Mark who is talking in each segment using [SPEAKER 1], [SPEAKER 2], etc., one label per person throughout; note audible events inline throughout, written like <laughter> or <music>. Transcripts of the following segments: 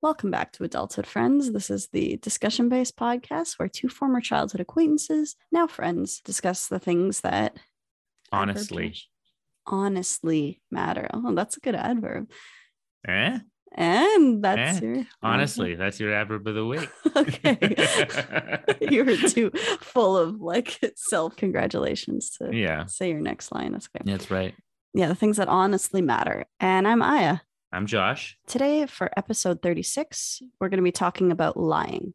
[SPEAKER 1] Welcome back to Adulthood Friends. This is the discussion based podcast where two former childhood acquaintances, now friends, discuss the things that
[SPEAKER 2] Honestly.
[SPEAKER 1] honestly matter. Oh, that's a good adverb.
[SPEAKER 2] Eh?
[SPEAKER 1] And that's your
[SPEAKER 2] Honestly, that's your adverb of the week.
[SPEAKER 1] <laughs> Mm-hmm.
[SPEAKER 2] <laughs>
[SPEAKER 1] okay. <laughs> you were too full of like self congratulations to
[SPEAKER 2] yeah.
[SPEAKER 1] say your next line. That's okay.
[SPEAKER 2] That's right.
[SPEAKER 1] yeah, the things that honestly matter. And I'm Aya.
[SPEAKER 2] I'm Josh.
[SPEAKER 1] Today, for episode 36, we're going to be talking about lying.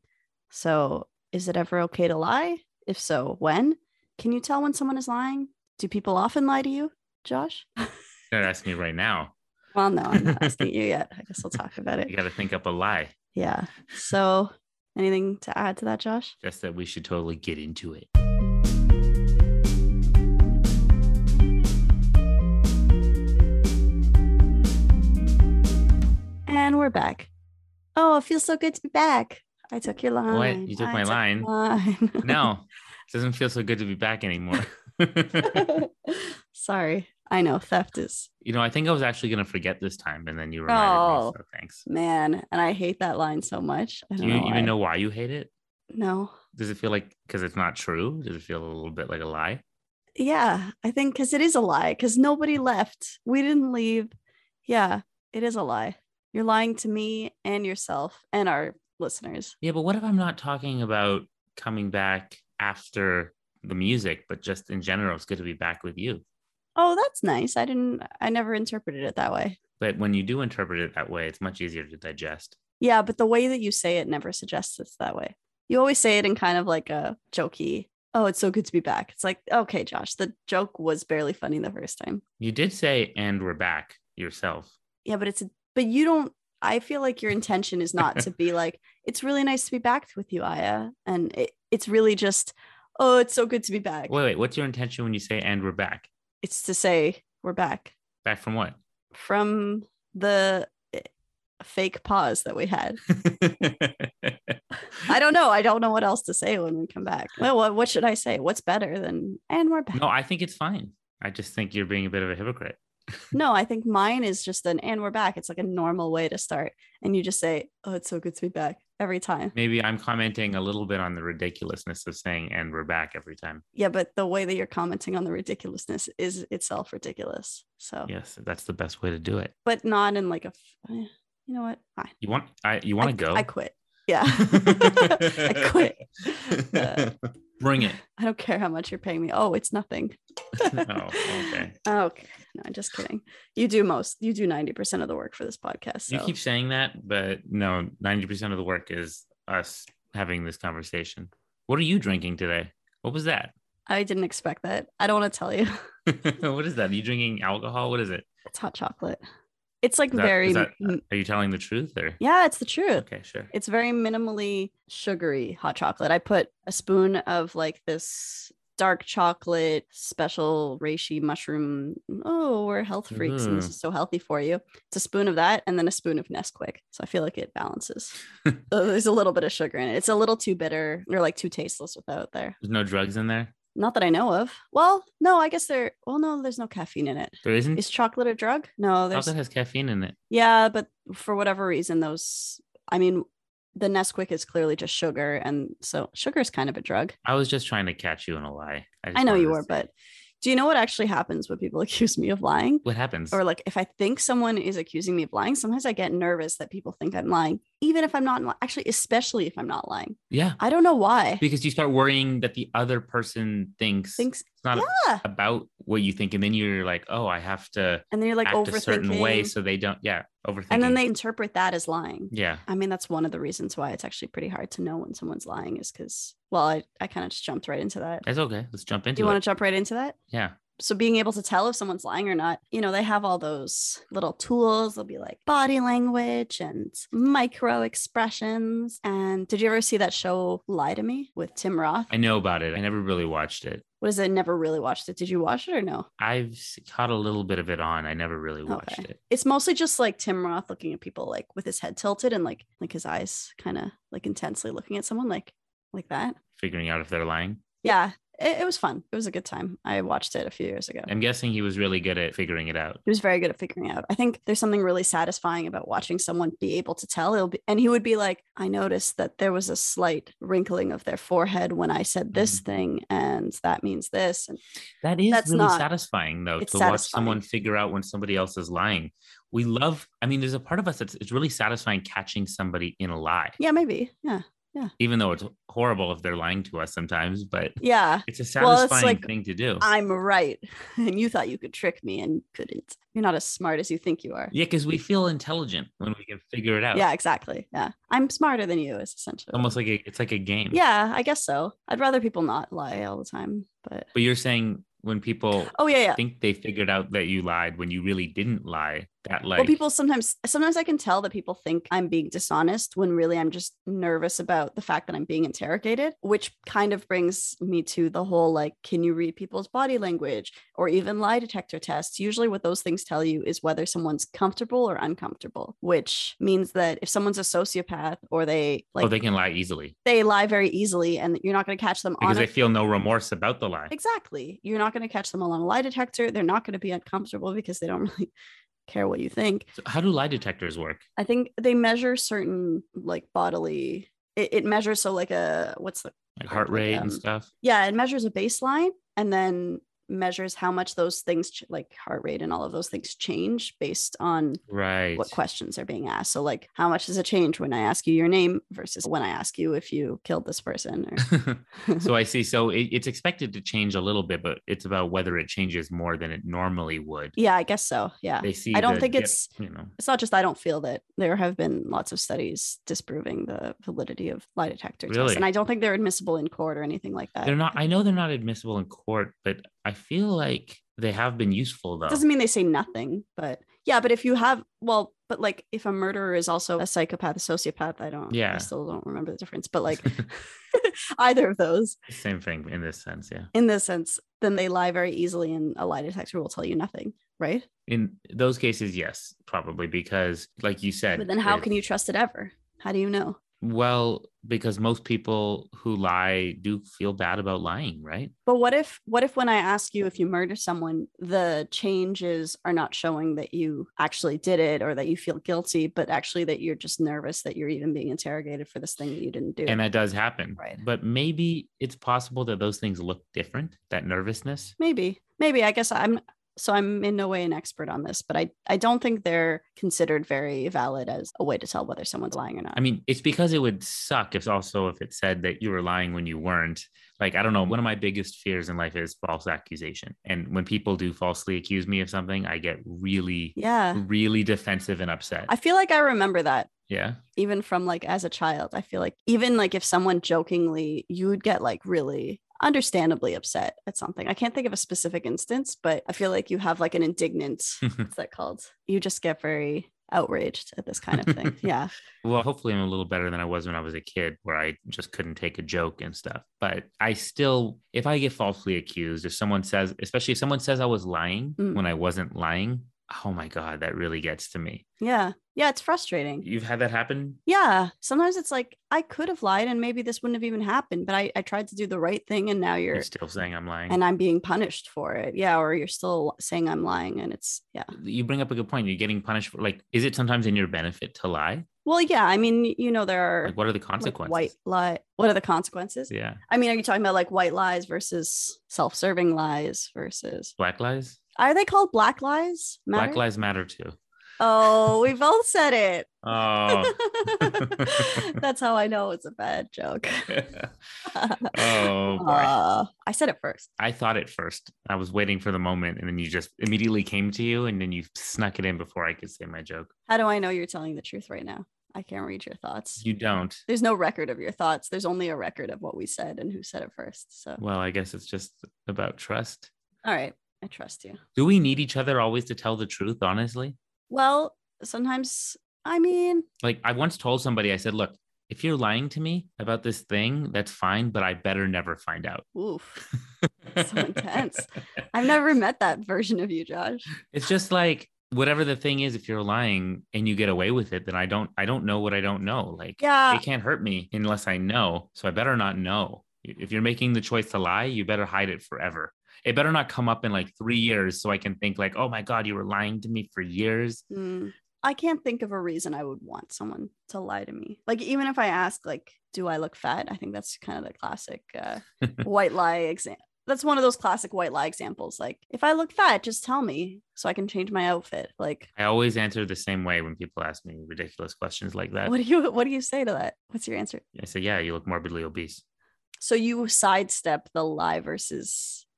[SPEAKER 1] So, is it ever okay to lie? If so, when? Can you tell when someone is lying? Do people often lie to you, Josh?
[SPEAKER 2] Don't ask me right now.
[SPEAKER 1] Well, no, I'm not asking you yet. I guess we'll talk about
[SPEAKER 2] You
[SPEAKER 1] it.
[SPEAKER 2] <laughs> got to think up a lie.
[SPEAKER 1] Yeah. So, anything to add to that, Josh?
[SPEAKER 2] Just that we should totally get into it.
[SPEAKER 1] And we're back. Oh, it feels so good to be back. I took your line.
[SPEAKER 2] What? You took my
[SPEAKER 1] I
[SPEAKER 2] line.
[SPEAKER 1] took mine.
[SPEAKER 2] No, it doesn't feel so good to be back anymore. <laughs>
[SPEAKER 1] <laughs> Sorry. I know theft is
[SPEAKER 2] you know, I think I was actually going to forget this time, and then you reminded
[SPEAKER 1] Oh.
[SPEAKER 2] me. So thanks.
[SPEAKER 1] man, and I hate that line so much. I
[SPEAKER 2] Do
[SPEAKER 1] don't
[SPEAKER 2] you
[SPEAKER 1] know why.
[SPEAKER 2] even know why you hate it?
[SPEAKER 1] No.
[SPEAKER 2] Does it feel like because it's not true? Does it feel a little bit like a lie?
[SPEAKER 1] Yeah, I think because it is a lie because nobody left. We didn't leave. Yeah, it is a lie. You're lying to me and yourself and our listeners.
[SPEAKER 2] Yeah, but what if I'm not talking about coming back after the music, but just in general, it's good to be back with you.
[SPEAKER 1] Oh, that's nice. I didn't, I never interpreted it that way.
[SPEAKER 2] But when you do interpret it that way, it's much easier to digest.
[SPEAKER 1] Yeah, but the way that you say it never suggests it's that way. You always say it in kind of like a jokey, oh, it's so good to be back. It's like, okay, Josh, the joke was barely funny the first time.
[SPEAKER 2] You did say, and we're back yourself.
[SPEAKER 1] Yeah, but it's, a, but you don't, I feel like your intention is not to be like, it's really nice to be back with you, Aya. And it, it's really just, oh, it's so good to be back.
[SPEAKER 2] Wait, wait, what's your intention when you say, and we're back?
[SPEAKER 1] It's to say, we're back
[SPEAKER 2] Back from
[SPEAKER 1] <laughs>
[SPEAKER 2] what?
[SPEAKER 1] from the eh, fake pause that we had. I don't know. I don't know what else to say when we come back. Well, what, what should I say? What's better than, and we're back?
[SPEAKER 2] no, I think it's fine. I just think you're being a bit of a hypocrite.
[SPEAKER 1] No, I think mine is just an, and we're back. It's like a normal way to start. And you just say, oh, it's so good to be back every time.
[SPEAKER 2] Maybe I'm commenting a little bit on the ridiculousness of saying, and we're back every time.
[SPEAKER 1] yeah but the way that you're commenting on the ridiculousness is itself ridiculous so
[SPEAKER 2] Yes, that's the best way to do it.
[SPEAKER 1] but not in like a f- eh, you know what fine
[SPEAKER 2] You want, I, you want to go?
[SPEAKER 1] i quit yeah <laughs>
[SPEAKER 2] <laughs>
[SPEAKER 1] i quit Uh,
[SPEAKER 2] Bring it.
[SPEAKER 1] i don't care how much you're paying me oh it's nothing
[SPEAKER 2] <laughs>
[SPEAKER 1] <laughs>
[SPEAKER 2] Oh, okay.
[SPEAKER 1] okay no just kidding you do most you do 90% of the work for this podcast so
[SPEAKER 2] You keep saying that, but no, 90% of the work is us having this conversation. What are you drinking today? What was that? <laughs>
[SPEAKER 1] i didn't expect that i don't want to tell you <laughs>
[SPEAKER 2] what is that? Are you drinking alcohol? What is it?
[SPEAKER 1] it's hot chocolate it's like
[SPEAKER 2] Is that-
[SPEAKER 1] very
[SPEAKER 2] is that- uh
[SPEAKER 1] m-
[SPEAKER 2] Are you telling the truth or?
[SPEAKER 1] yeah it's the truth
[SPEAKER 2] Okay, sure.
[SPEAKER 1] It's very minimally sugary hot chocolate. I put a spoon of like this dark chocolate special reishi mushroom. Oh, we're health freaks and this
[SPEAKER 2] Mhm.
[SPEAKER 1] is so healthy for you. It's a spoon of that and then a spoon of Nesquik. So I feel like it balances. Though There's a little bit of sugar in it. It's a little too bitter or like too tasteless without there.
[SPEAKER 2] There's no drugs in there?
[SPEAKER 1] Not that I know of. Well, no, I guess there. Well, no, there's no caffeine in it.
[SPEAKER 2] There isn't?
[SPEAKER 1] Is chocolate a drug? No, there's
[SPEAKER 2] Chocolate has caffeine in it.
[SPEAKER 1] yeah, but for whatever reason, those, I mean, the Nesquik is clearly just sugar. And so sugar is kind of a drug.
[SPEAKER 2] I was just trying to catch you in a lie. just
[SPEAKER 1] I know
[SPEAKER 2] wanted
[SPEAKER 1] you
[SPEAKER 2] to
[SPEAKER 1] were,
[SPEAKER 2] see
[SPEAKER 1] but do you know what actually happens when people <laughs> accuse me of lying?
[SPEAKER 2] What happens?
[SPEAKER 1] Or like if I think someone is accusing me of lying, sometimes I get nervous that people think I'm lying, even if I'm not li- actually, especially if I'm not lying.
[SPEAKER 2] yeah,
[SPEAKER 1] I don't know why.
[SPEAKER 2] because you start worrying that the other person thinks,
[SPEAKER 1] Thinks,
[SPEAKER 2] it's not
[SPEAKER 1] yeah.
[SPEAKER 2] about what you think. And then you're like, oh, I have to
[SPEAKER 1] And then you're like
[SPEAKER 2] act
[SPEAKER 1] overthinking.
[SPEAKER 2] a certain way so they don't, yeah, overthinking.
[SPEAKER 1] and then they interpret that as lying.
[SPEAKER 2] Yeah.
[SPEAKER 1] I mean, that's one of the reasons why it's actually pretty hard to know when someone's lying is because, well, I, I kind of just jumped right into that.
[SPEAKER 2] That's okay. Let's jump into
[SPEAKER 1] Do you
[SPEAKER 2] it.
[SPEAKER 1] want to jump right into that?
[SPEAKER 2] yeah.
[SPEAKER 1] so being able to tell if someone's lying or not you know they have all those little tools they'll be like body language and micro expressions and did you ever see that show lie to me with tim roth
[SPEAKER 2] I know about it. I never really watched it.
[SPEAKER 1] what is it never really watched it did you watch it or no
[SPEAKER 2] I've s- caught a little bit of it on. I never really
[SPEAKER 1] Okay.
[SPEAKER 2] watched it.
[SPEAKER 1] it's mostly just like tim roth looking at people like with his head tilted and like like his eyes kind of like intensely looking at someone like like that
[SPEAKER 2] Figuring out if they're lying.
[SPEAKER 1] yeah it, it was fun. It was a good time. I watched it a few years ago.
[SPEAKER 2] I'm guessing he was really good at figuring it out.
[SPEAKER 1] He was very good at figuring out. I think there's something really satisfying about watching someone be able to tell. It'll be, and he would be like, I noticed that there was a slight wrinkling of their forehead when I said this
[SPEAKER 2] Mhm.
[SPEAKER 1] thing, and that means this. And
[SPEAKER 2] That is
[SPEAKER 1] That's
[SPEAKER 2] really
[SPEAKER 1] not-
[SPEAKER 2] satisfying, though, to
[SPEAKER 1] it's
[SPEAKER 2] watch someone
[SPEAKER 1] satisfying.
[SPEAKER 2] figure out when somebody else is lying. We love, I mean, there's a part of us that's it's really satisfying catching somebody in a lie,
[SPEAKER 1] yeah, maybe. Yeah.
[SPEAKER 2] even though it's horrible if they're lying to us sometimes, but
[SPEAKER 1] Yeah.
[SPEAKER 2] it's a satisfying
[SPEAKER 1] Well, it's like,
[SPEAKER 2] thing to do.
[SPEAKER 1] I'm right. <laughs> And you thought you could trick me and you couldn't. You're not as smart as you think you are.
[SPEAKER 2] yeah, because we feel intelligent when we can figure it out.
[SPEAKER 1] Yeah, exactly. Yeah. I'm smarter than you is essentially.
[SPEAKER 2] Almost like a, it's like a game.
[SPEAKER 1] Yeah, I guess so. I'd rather people not lie all the time, but
[SPEAKER 2] But you're saying when people
[SPEAKER 1] oh yeah, yeah.
[SPEAKER 2] think they figured out that you lied when you really didn't lie, that like
[SPEAKER 1] Well, people sometimes sometimes I can tell that people think I'm being dishonest when really I'm just nervous about the fact that I'm being interrogated, which kind of brings me to the whole like can you read people's body language or even lie detector tests? Usually what those things tell you is whether someone's comfortable or uncomfortable, which means that if someone's a sociopath or they like
[SPEAKER 2] oh, they can lie easily
[SPEAKER 1] they lie very easily and you're not going to catch them
[SPEAKER 2] because
[SPEAKER 1] on a
[SPEAKER 2] they feel no remorse about the lie.
[SPEAKER 1] Exactly. You're not going to catch them along a lie detector. They're not going to be uncomfortable because they don't <laughs> really care what you think.
[SPEAKER 2] So how do lie detectors work?
[SPEAKER 1] I think they measure certain like bodily. It, it measures so like a what's the
[SPEAKER 2] Like heart rate
[SPEAKER 1] um,
[SPEAKER 2] and stuff.
[SPEAKER 1] yeah it measures a baseline and then measures how much those things ch- like heart rate and all of those things change based on
[SPEAKER 2] Right.
[SPEAKER 1] what questions are being asked. So like how much does it change when I ask you your name versus when I ask you if you killed this person
[SPEAKER 2] <laughs>
[SPEAKER 1] or
[SPEAKER 2] <laughs> so I see. So it, it's expected to change a little bit, but it's about whether it changes more than it normally would.
[SPEAKER 1] yeah, I guess so. Yeah.
[SPEAKER 2] They see.
[SPEAKER 1] I don't
[SPEAKER 2] the
[SPEAKER 1] think
[SPEAKER 2] dip,
[SPEAKER 1] it's-
[SPEAKER 2] you know.
[SPEAKER 1] it's not just I don't feel that there have been lots of studies disproving the validity of lie detector tests,
[SPEAKER 2] Really?
[SPEAKER 1] and I don't think they're admissible in court or anything like that.
[SPEAKER 2] They're not. I know they're not admissible in court, but I feel like they have been useful though.
[SPEAKER 1] Doesn't mean they say nothing, but yeah, but if you have well, but like if a murderer is also a psychopath, a sociopath, I don't,
[SPEAKER 2] Yeah.
[SPEAKER 1] I still don't remember the difference, but
[SPEAKER 2] <laughs>
[SPEAKER 1] like either of those
[SPEAKER 2] Same thing in this sense. Yeah.
[SPEAKER 1] in this sense, then they lie very easily, and a lie detector will tell you nothing, right?
[SPEAKER 2] In those cases, yes, probably because, like you said,
[SPEAKER 1] But then how
[SPEAKER 2] it-
[SPEAKER 1] can you trust it ever? How do you know?
[SPEAKER 2] Well, because most people who lie do feel bad about lying, right?
[SPEAKER 1] But what if what if when I ask you if you murder someone, the changes are not showing that you actually did it or that you feel guilty, but actually that you're just nervous that you're even being interrogated for this thing that you didn't do.
[SPEAKER 2] And that does happen.
[SPEAKER 1] Right.
[SPEAKER 2] But maybe it's possible that those things look different, that nervousness.
[SPEAKER 1] maybe, maybe I guess I'm so I'm in no way an expert on this, but I I don't think they're considered very valid as a way to tell whether someone's lying or not.
[SPEAKER 2] I mean, it's because it would suck if also if it said that you were lying when you weren't. Like, I don't know, one of my biggest fears in life is false accusation. And when people do falsely accuse me of something, I get really,
[SPEAKER 1] yeah.
[SPEAKER 2] really defensive and upset.
[SPEAKER 1] I feel like I remember that
[SPEAKER 2] yeah.
[SPEAKER 1] even from like as a child i feel like even like if someone jokingly you would get like really understandably upset at something i can't think of a specific instance but i feel like you have like an
[SPEAKER 2] <laughs>
[SPEAKER 1] indignant what's that called you just get very outraged at this kind of
[SPEAKER 2] <laughs>
[SPEAKER 1] thing yeah
[SPEAKER 2] Well, hopefully, I'm a little better than I was when I was a kid, where I just couldn't take a joke and stuff. But I still, if I get falsely accused, if someone says, especially if someone says I was lying
[SPEAKER 1] Mm.
[SPEAKER 2] when I wasn't lying, oh my God, that really gets to me.
[SPEAKER 1] yeah yeah it's frustrating
[SPEAKER 2] You've had that happen?
[SPEAKER 1] yeah sometimes it's like i could have lied and maybe this wouldn't have even happened but i, I tried to do the right thing and now
[SPEAKER 2] You're,
[SPEAKER 1] you're
[SPEAKER 2] still saying I'm lying.
[SPEAKER 1] and i'm being punished for it yeah or you're still saying i'm lying and it's yeah
[SPEAKER 2] you bring up a good point. You're getting punished for, like, is it sometimes in your benefit to lie?
[SPEAKER 1] well yeah i mean you know there are
[SPEAKER 2] Like, what are the
[SPEAKER 1] like,
[SPEAKER 2] consequences?
[SPEAKER 1] white lie what are the consequences
[SPEAKER 2] Yeah.
[SPEAKER 1] i mean are you talking about like white lies versus self-serving lies versus
[SPEAKER 2] Black lies?
[SPEAKER 1] are they called black lies matter?
[SPEAKER 2] Black lies matter too.
[SPEAKER 1] oh we both said
[SPEAKER 2] <laughs>
[SPEAKER 1] it <laughs>
[SPEAKER 2] Oh.
[SPEAKER 1] that's how i know it's a bad joke <laughs>
[SPEAKER 2] oh, boy.
[SPEAKER 1] Uh, i said it first
[SPEAKER 2] I thought at first. I was waiting for the moment, and then you just immediately came to you, and then you snuck it in before I could say my joke.
[SPEAKER 1] how do i know you're telling the truth right now i can't read your thoughts
[SPEAKER 2] You don't.
[SPEAKER 1] there's no record of your thoughts there's only a record of what we said and who said it first so
[SPEAKER 2] Well, I guess it's just about trust.
[SPEAKER 1] all right i trust you
[SPEAKER 2] Do we need each other always to tell the truth, honestly?
[SPEAKER 1] well sometimes i mean
[SPEAKER 2] Like, I once told somebody, I said, Look, if you're lying to me about this thing, that's fine, but I better never find out.
[SPEAKER 1] oof So intense. I've never met that version of you, Josh.
[SPEAKER 2] <laughs> It's just like whatever the thing is, if you're lying and you get away with it, then I don't I don't know what I don't know. Like
[SPEAKER 1] Yeah.
[SPEAKER 2] it can't hurt me unless I know. So I better not know. If you're making the choice to lie, you better hide it forever. It better not come up in like three years so I can think like, oh my God, you were lying to me for years.
[SPEAKER 1] Mm. I can't think of a reason I would want someone to lie to me. Like even if I ask, like, do I look fat? I think that's kind of the classic uh, white lie example. That's one of those classic white lie examples. Like, if I look fat, just tell me so I can change my outfit. Like,
[SPEAKER 2] I always answer the same way when people ask me ridiculous questions like that.
[SPEAKER 1] what do you what do you say to that? What's your answer?
[SPEAKER 2] I say, yeah, you look morbidly obese.
[SPEAKER 1] So you sidestep the lie versus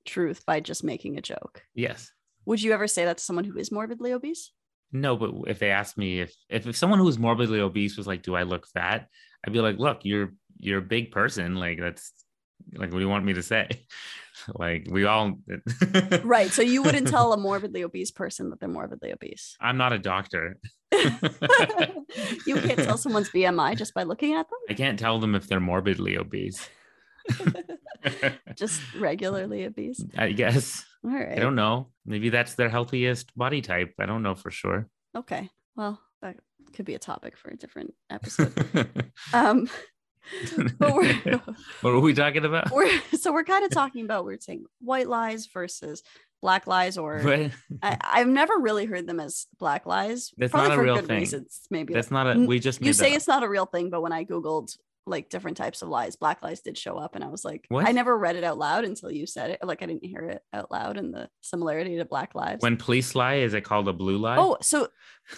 [SPEAKER 1] truth by just making a joke.
[SPEAKER 2] Yes.
[SPEAKER 1] Would you ever say that to someone who is morbidly obese?
[SPEAKER 2] No, but if they asked me if, if if someone who was morbidly obese was like, "Do I look fat?" I'd be like, "Look, you're you're a big person. Like that's like what do you want me to say? <laughs> like we all <laughs>
[SPEAKER 1] Right. So you wouldn't tell a morbidly obese person that they're morbidly
[SPEAKER 2] <laughs>
[SPEAKER 1] obese.
[SPEAKER 2] I'm not a
[SPEAKER 1] <laughs>
[SPEAKER 2] doctor.
[SPEAKER 1] you can't tell someone's BMI just by looking at them.
[SPEAKER 2] <laughs> I can't tell them if they're morbidly obese.
[SPEAKER 1] just regularly obese.
[SPEAKER 2] <laughs> I guess
[SPEAKER 1] All right.
[SPEAKER 2] I don't know. Maybe that's their healthiest body type. I don't know for sure.
[SPEAKER 1] Okay. Well, that could be a topic for a different episode. um, <laughs> but
[SPEAKER 2] <laughs>
[SPEAKER 1] we're,
[SPEAKER 2] what were we
[SPEAKER 1] <laughs>
[SPEAKER 2] talking about?
[SPEAKER 1] we're so we're kind of talking about we're saying white lies versus black lies, or
[SPEAKER 2] What?
[SPEAKER 1] I, I've never really heard them as black lies.
[SPEAKER 2] That's
[SPEAKER 1] probably
[SPEAKER 2] not a
[SPEAKER 1] for
[SPEAKER 2] real
[SPEAKER 1] good
[SPEAKER 2] thing.
[SPEAKER 1] reasons. Maybe
[SPEAKER 2] That's not a.
[SPEAKER 1] N-
[SPEAKER 2] We just
[SPEAKER 1] you
[SPEAKER 2] made
[SPEAKER 1] say
[SPEAKER 2] that
[SPEAKER 1] it's not a real thing, but when I googled like different types of lies, black lies did show up, and I was like,
[SPEAKER 2] What?
[SPEAKER 1] I never read it out loud until you said it. Like I didn't hear it out loud, and the similarity to black lives.
[SPEAKER 2] up. when police lie. Is it called a blue lie?
[SPEAKER 1] oh, so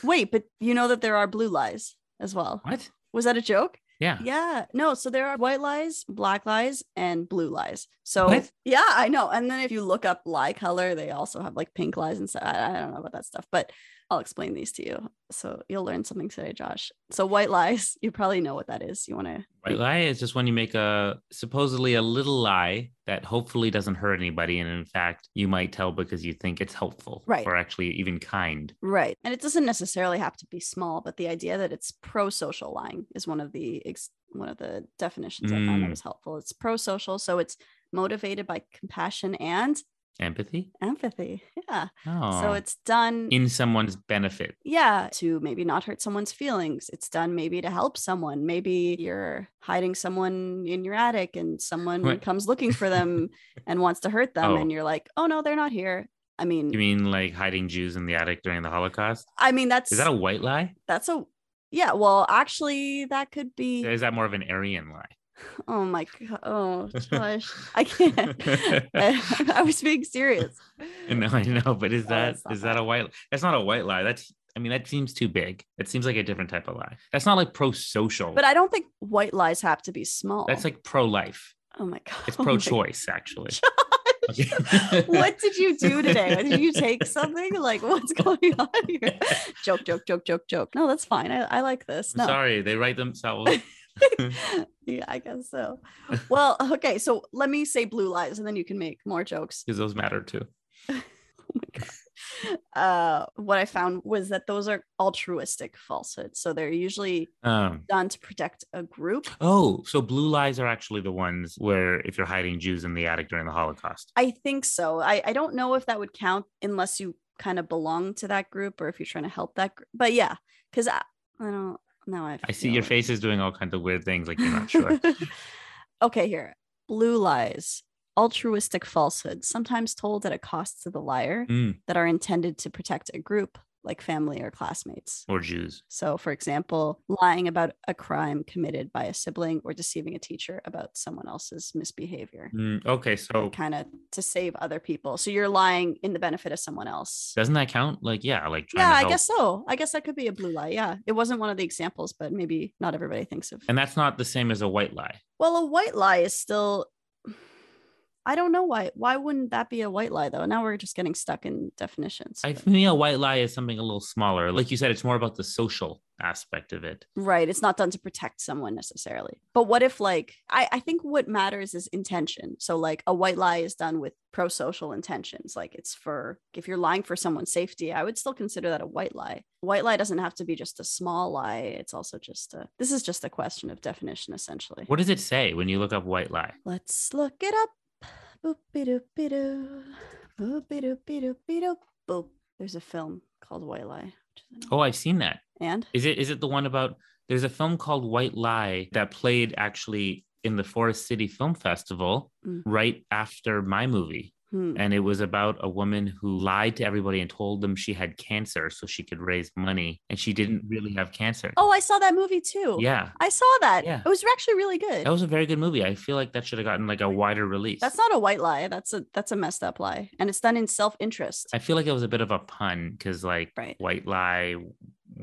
[SPEAKER 1] wait, but you know that there are blue lies as well.
[SPEAKER 2] what?
[SPEAKER 1] Was that a joke?
[SPEAKER 2] Yeah.
[SPEAKER 1] Yeah. No, so there are white lies, black lies, and blue lies. So
[SPEAKER 2] What?
[SPEAKER 1] yeah, I know. And then if you look up lie color, they also have like pink lies and stuff. I, I don't know about that stuff, but I'll explain these to you. So you'll learn something today, Josh. So white lies, <laughs> you probably know what that is. You want to
[SPEAKER 2] White lie is just when you make a supposedly a little lie that hopefully doesn't hurt anybody, and in fact you might tell because you think it's helpful,
[SPEAKER 1] Right.
[SPEAKER 2] Or actually even kind.
[SPEAKER 1] Right. And it doesn't necessarily have to be small, but the idea that it's pro-social lying is one of the ex- one of the definitions I found that
[SPEAKER 2] Mm.
[SPEAKER 1] was helpful. It's pro-social, so it's motivated by compassion and
[SPEAKER 2] Empathy.
[SPEAKER 1] empathy. Yeah.
[SPEAKER 2] Oh.
[SPEAKER 1] So it's done
[SPEAKER 2] in someone's benefit.
[SPEAKER 1] yeah to maybe not hurt someone's feelings it's done maybe to help someone maybe you're hiding someone in your attic and someone
[SPEAKER 2] Right.
[SPEAKER 1] comes looking for
[SPEAKER 2] <laughs>
[SPEAKER 1] them and wants to hurt them
[SPEAKER 2] Oh.
[SPEAKER 1] and you're like oh no they're not here i mean,
[SPEAKER 2] You mean like hiding Jews in the attic during the Holocaust?
[SPEAKER 1] i mean that's
[SPEAKER 2] Is that a white lie?
[SPEAKER 1] that's a yeah well actually that could be
[SPEAKER 2] Or Is that more of an Aryan lie?
[SPEAKER 1] <laughs> oh my god
[SPEAKER 2] <laughs>
[SPEAKER 1] oh gosh i can't <laughs> I, I was being serious
[SPEAKER 2] <laughs> no, I know, but is
[SPEAKER 1] No,
[SPEAKER 2] that
[SPEAKER 1] that's not
[SPEAKER 2] is that a white? That's not a white lie. That's I mean that seems too big. That seems like a different type of lie. That's not like pro social.
[SPEAKER 1] but i don't think white lies have to be small
[SPEAKER 2] that's like pro life.
[SPEAKER 1] oh my <laughs> god
[SPEAKER 2] It's
[SPEAKER 1] oh my
[SPEAKER 2] pro choice
[SPEAKER 1] <laughs>
[SPEAKER 2] actually. <laughs>
[SPEAKER 1] what did you do today? Did you take something? Like, what's going <laughs> on here? joke, joke, joke, joke, joke. No, that's fine. I, I like this.
[SPEAKER 2] I'm
[SPEAKER 1] No,
[SPEAKER 2] sorry, they write
[SPEAKER 1] <laughs>
[SPEAKER 2] themselves.
[SPEAKER 1] yeah, I guess so. Well, okay. So let me say blue lies, and then you can make more jokes.
[SPEAKER 2] Because those matter too.
[SPEAKER 1] Uh, what I found was that those are altruistic falsehoods. So they're usually
[SPEAKER 2] Um,
[SPEAKER 1] done to protect a group.
[SPEAKER 2] oh, so blue lies are actually the ones where if you're hiding Jews in the attic during the Holocaust.
[SPEAKER 1] I think so. I, I don't know if that would count unless you kind of belong to that group or if you're trying to help that group. But yeah, because I, I don't know.
[SPEAKER 2] I see your face is doing all kinds of weird things, like you're not sure.
[SPEAKER 1] <laughs> okay, here. Blue lies, altruistic falsehoods, sometimes told at a cost to the liar
[SPEAKER 2] Mm,
[SPEAKER 1] that are intended to protect a group like family or classmates.
[SPEAKER 2] or Jews.
[SPEAKER 1] So, for example, lying about a crime committed by a sibling or deceiving a teacher about someone else's misbehavior,
[SPEAKER 2] Mm, okay, so
[SPEAKER 1] kind of to save other people. So, you're lying in the benefit of someone else.
[SPEAKER 2] doesn't that count? Like, yeah, like trying
[SPEAKER 1] yeah,
[SPEAKER 2] to
[SPEAKER 1] I
[SPEAKER 2] help.
[SPEAKER 1] guess so. I guess that could be a blue lie. Yeah. It wasn't one of the examples, but maybe not everybody thinks of
[SPEAKER 2] And that's not the same as a white lie.
[SPEAKER 1] Well, a white lie is still. I don't know why. Why wouldn't that be a white lie though? Now we're just getting stuck in definitions.
[SPEAKER 2] I
[SPEAKER 1] but-
[SPEAKER 2] for me, a white lie is something a little smaller. Like you said, it's more about the social aspect of it.
[SPEAKER 1] right. It's not done to protect someone necessarily. But what if, like, I, I think what matters is intention. So, like, a white lie is done with pro social intentions. Like, it's for, if you're lying for someone's safety, I would still consider that a white lie. White lie doesn't have to be just a small lie. It's also just a, this is just a question of definition, essentially.
[SPEAKER 2] What does it say when you look up white lie?
[SPEAKER 1] Let's look it up. Boop-be-doop-be-doo. Boop-be-doop-be-doop-be-doop. Boop. There's a film called White Lie. Which is an-
[SPEAKER 2] Oh, I've seen that.
[SPEAKER 1] And
[SPEAKER 2] Is it is it the one about there's a film called White Lie that played actually in the Forest City Film Festival
[SPEAKER 1] Mm.
[SPEAKER 2] right after my movie.
[SPEAKER 1] Hmm.
[SPEAKER 2] And it was about a woman who lied to everybody and told them she had cancer so she could raise money. And she didn't really have cancer.
[SPEAKER 1] Oh, I saw that movie too.
[SPEAKER 2] yeah.
[SPEAKER 1] I saw that.
[SPEAKER 2] Yeah.
[SPEAKER 1] It was actually really good.
[SPEAKER 2] That was a very good movie. I feel like that should have gotten like a wider release.
[SPEAKER 1] That's not a white lie. That's a that's a messed up lie, and it's done in self interest.
[SPEAKER 2] I feel like it was a bit of a pun because like
[SPEAKER 1] Right.
[SPEAKER 2] white lie,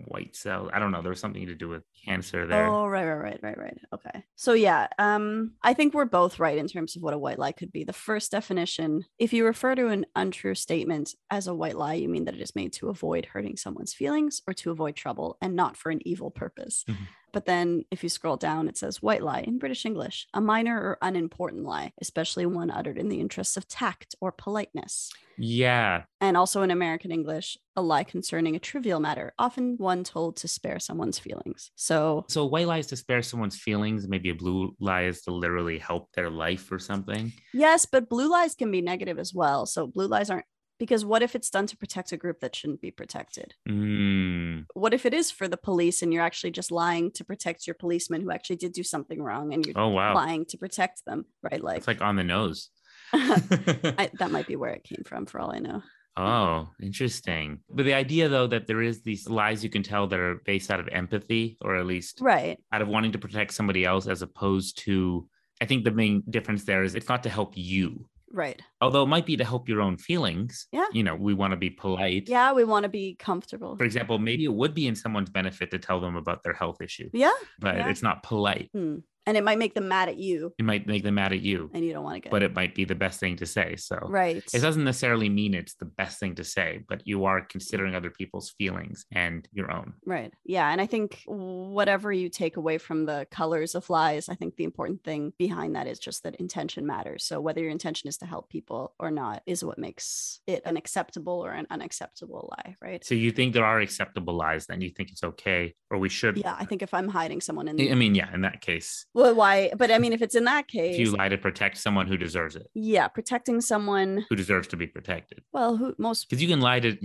[SPEAKER 2] white cell. I don't know. There was something to do with cancer there.
[SPEAKER 1] Oh, right, right, right, right, right. Okay. So yeah, um, I think we're both right in terms of what a white lie could be. The first definition, if you refer to an untrue statement as a white lie, you mean that it is made to avoid hurting someone's feelings or to avoid trouble and not for an evil purpose.
[SPEAKER 2] Mhm.
[SPEAKER 1] But then if you scroll down, it says white lie in British English, a minor or unimportant lie, especially one uttered in the interests of tact or politeness.
[SPEAKER 2] Yeah.
[SPEAKER 1] and also in American English, a lie concerning a trivial matter, often one told to spare someone's feelings. So,
[SPEAKER 2] So white lies to spare someone's feelings. Maybe a blue lie is to literally help their life or something.
[SPEAKER 1] yes, but blue lies can be negative as well. So, blue lies aren't because what if it's done to protect a group that shouldn't be protected?
[SPEAKER 2] Mm.
[SPEAKER 1] What if it is for the police and you're actually just lying to protect your policeman who actually did do something wrong and you're
[SPEAKER 2] Oh wow.
[SPEAKER 1] lying to protect them, right? Like,
[SPEAKER 2] It's like on the nose.
[SPEAKER 1] <laughs> I, that might be where it came from for all I know.
[SPEAKER 2] <laughs> oh, interesting. But the idea though that there is these lies you can tell that are based out of empathy or at least
[SPEAKER 1] Right.
[SPEAKER 2] out of wanting to protect somebody else as opposed to I think the main difference there is it's not to help you.
[SPEAKER 1] Right.
[SPEAKER 2] Although it might be to help your own feelings.
[SPEAKER 1] Yeah.
[SPEAKER 2] You know, we want to be polite.
[SPEAKER 1] Yeah, we want to be comfortable.
[SPEAKER 2] For example, maybe it would be in someone's benefit to tell them about their health issue,
[SPEAKER 1] Yeah.
[SPEAKER 2] but
[SPEAKER 1] Yeah.
[SPEAKER 2] it's not polite.
[SPEAKER 1] Hmm. And it might make them mad at you
[SPEAKER 2] It might make them mad at you,
[SPEAKER 1] and you don't want to get
[SPEAKER 2] but it might be the best thing to say. So
[SPEAKER 1] Right.
[SPEAKER 2] it doesn't necessarily mean it's the best thing to say, but you are considering other people's feelings and your own.
[SPEAKER 1] Right. Yeah. And I think whatever you take away from the colors of lies, I think the important thing behind that is just that intention matters. So whether your intention is to help people or not is what makes it an acceptable or an unacceptable lie. Right.
[SPEAKER 2] So you think there are acceptable lies, then you think it's okay, or we should.
[SPEAKER 1] Yeah. I think if I'm hiding someone in,
[SPEAKER 2] I mean, yeah, in that case,
[SPEAKER 1] well, why? But I mean, if it's in that
[SPEAKER 2] if
[SPEAKER 1] case,
[SPEAKER 2] you lie to protect someone who deserves it,
[SPEAKER 1] yeah, protecting someone.
[SPEAKER 2] who deserves to be protected,
[SPEAKER 1] Well, who most,
[SPEAKER 2] because you can lie to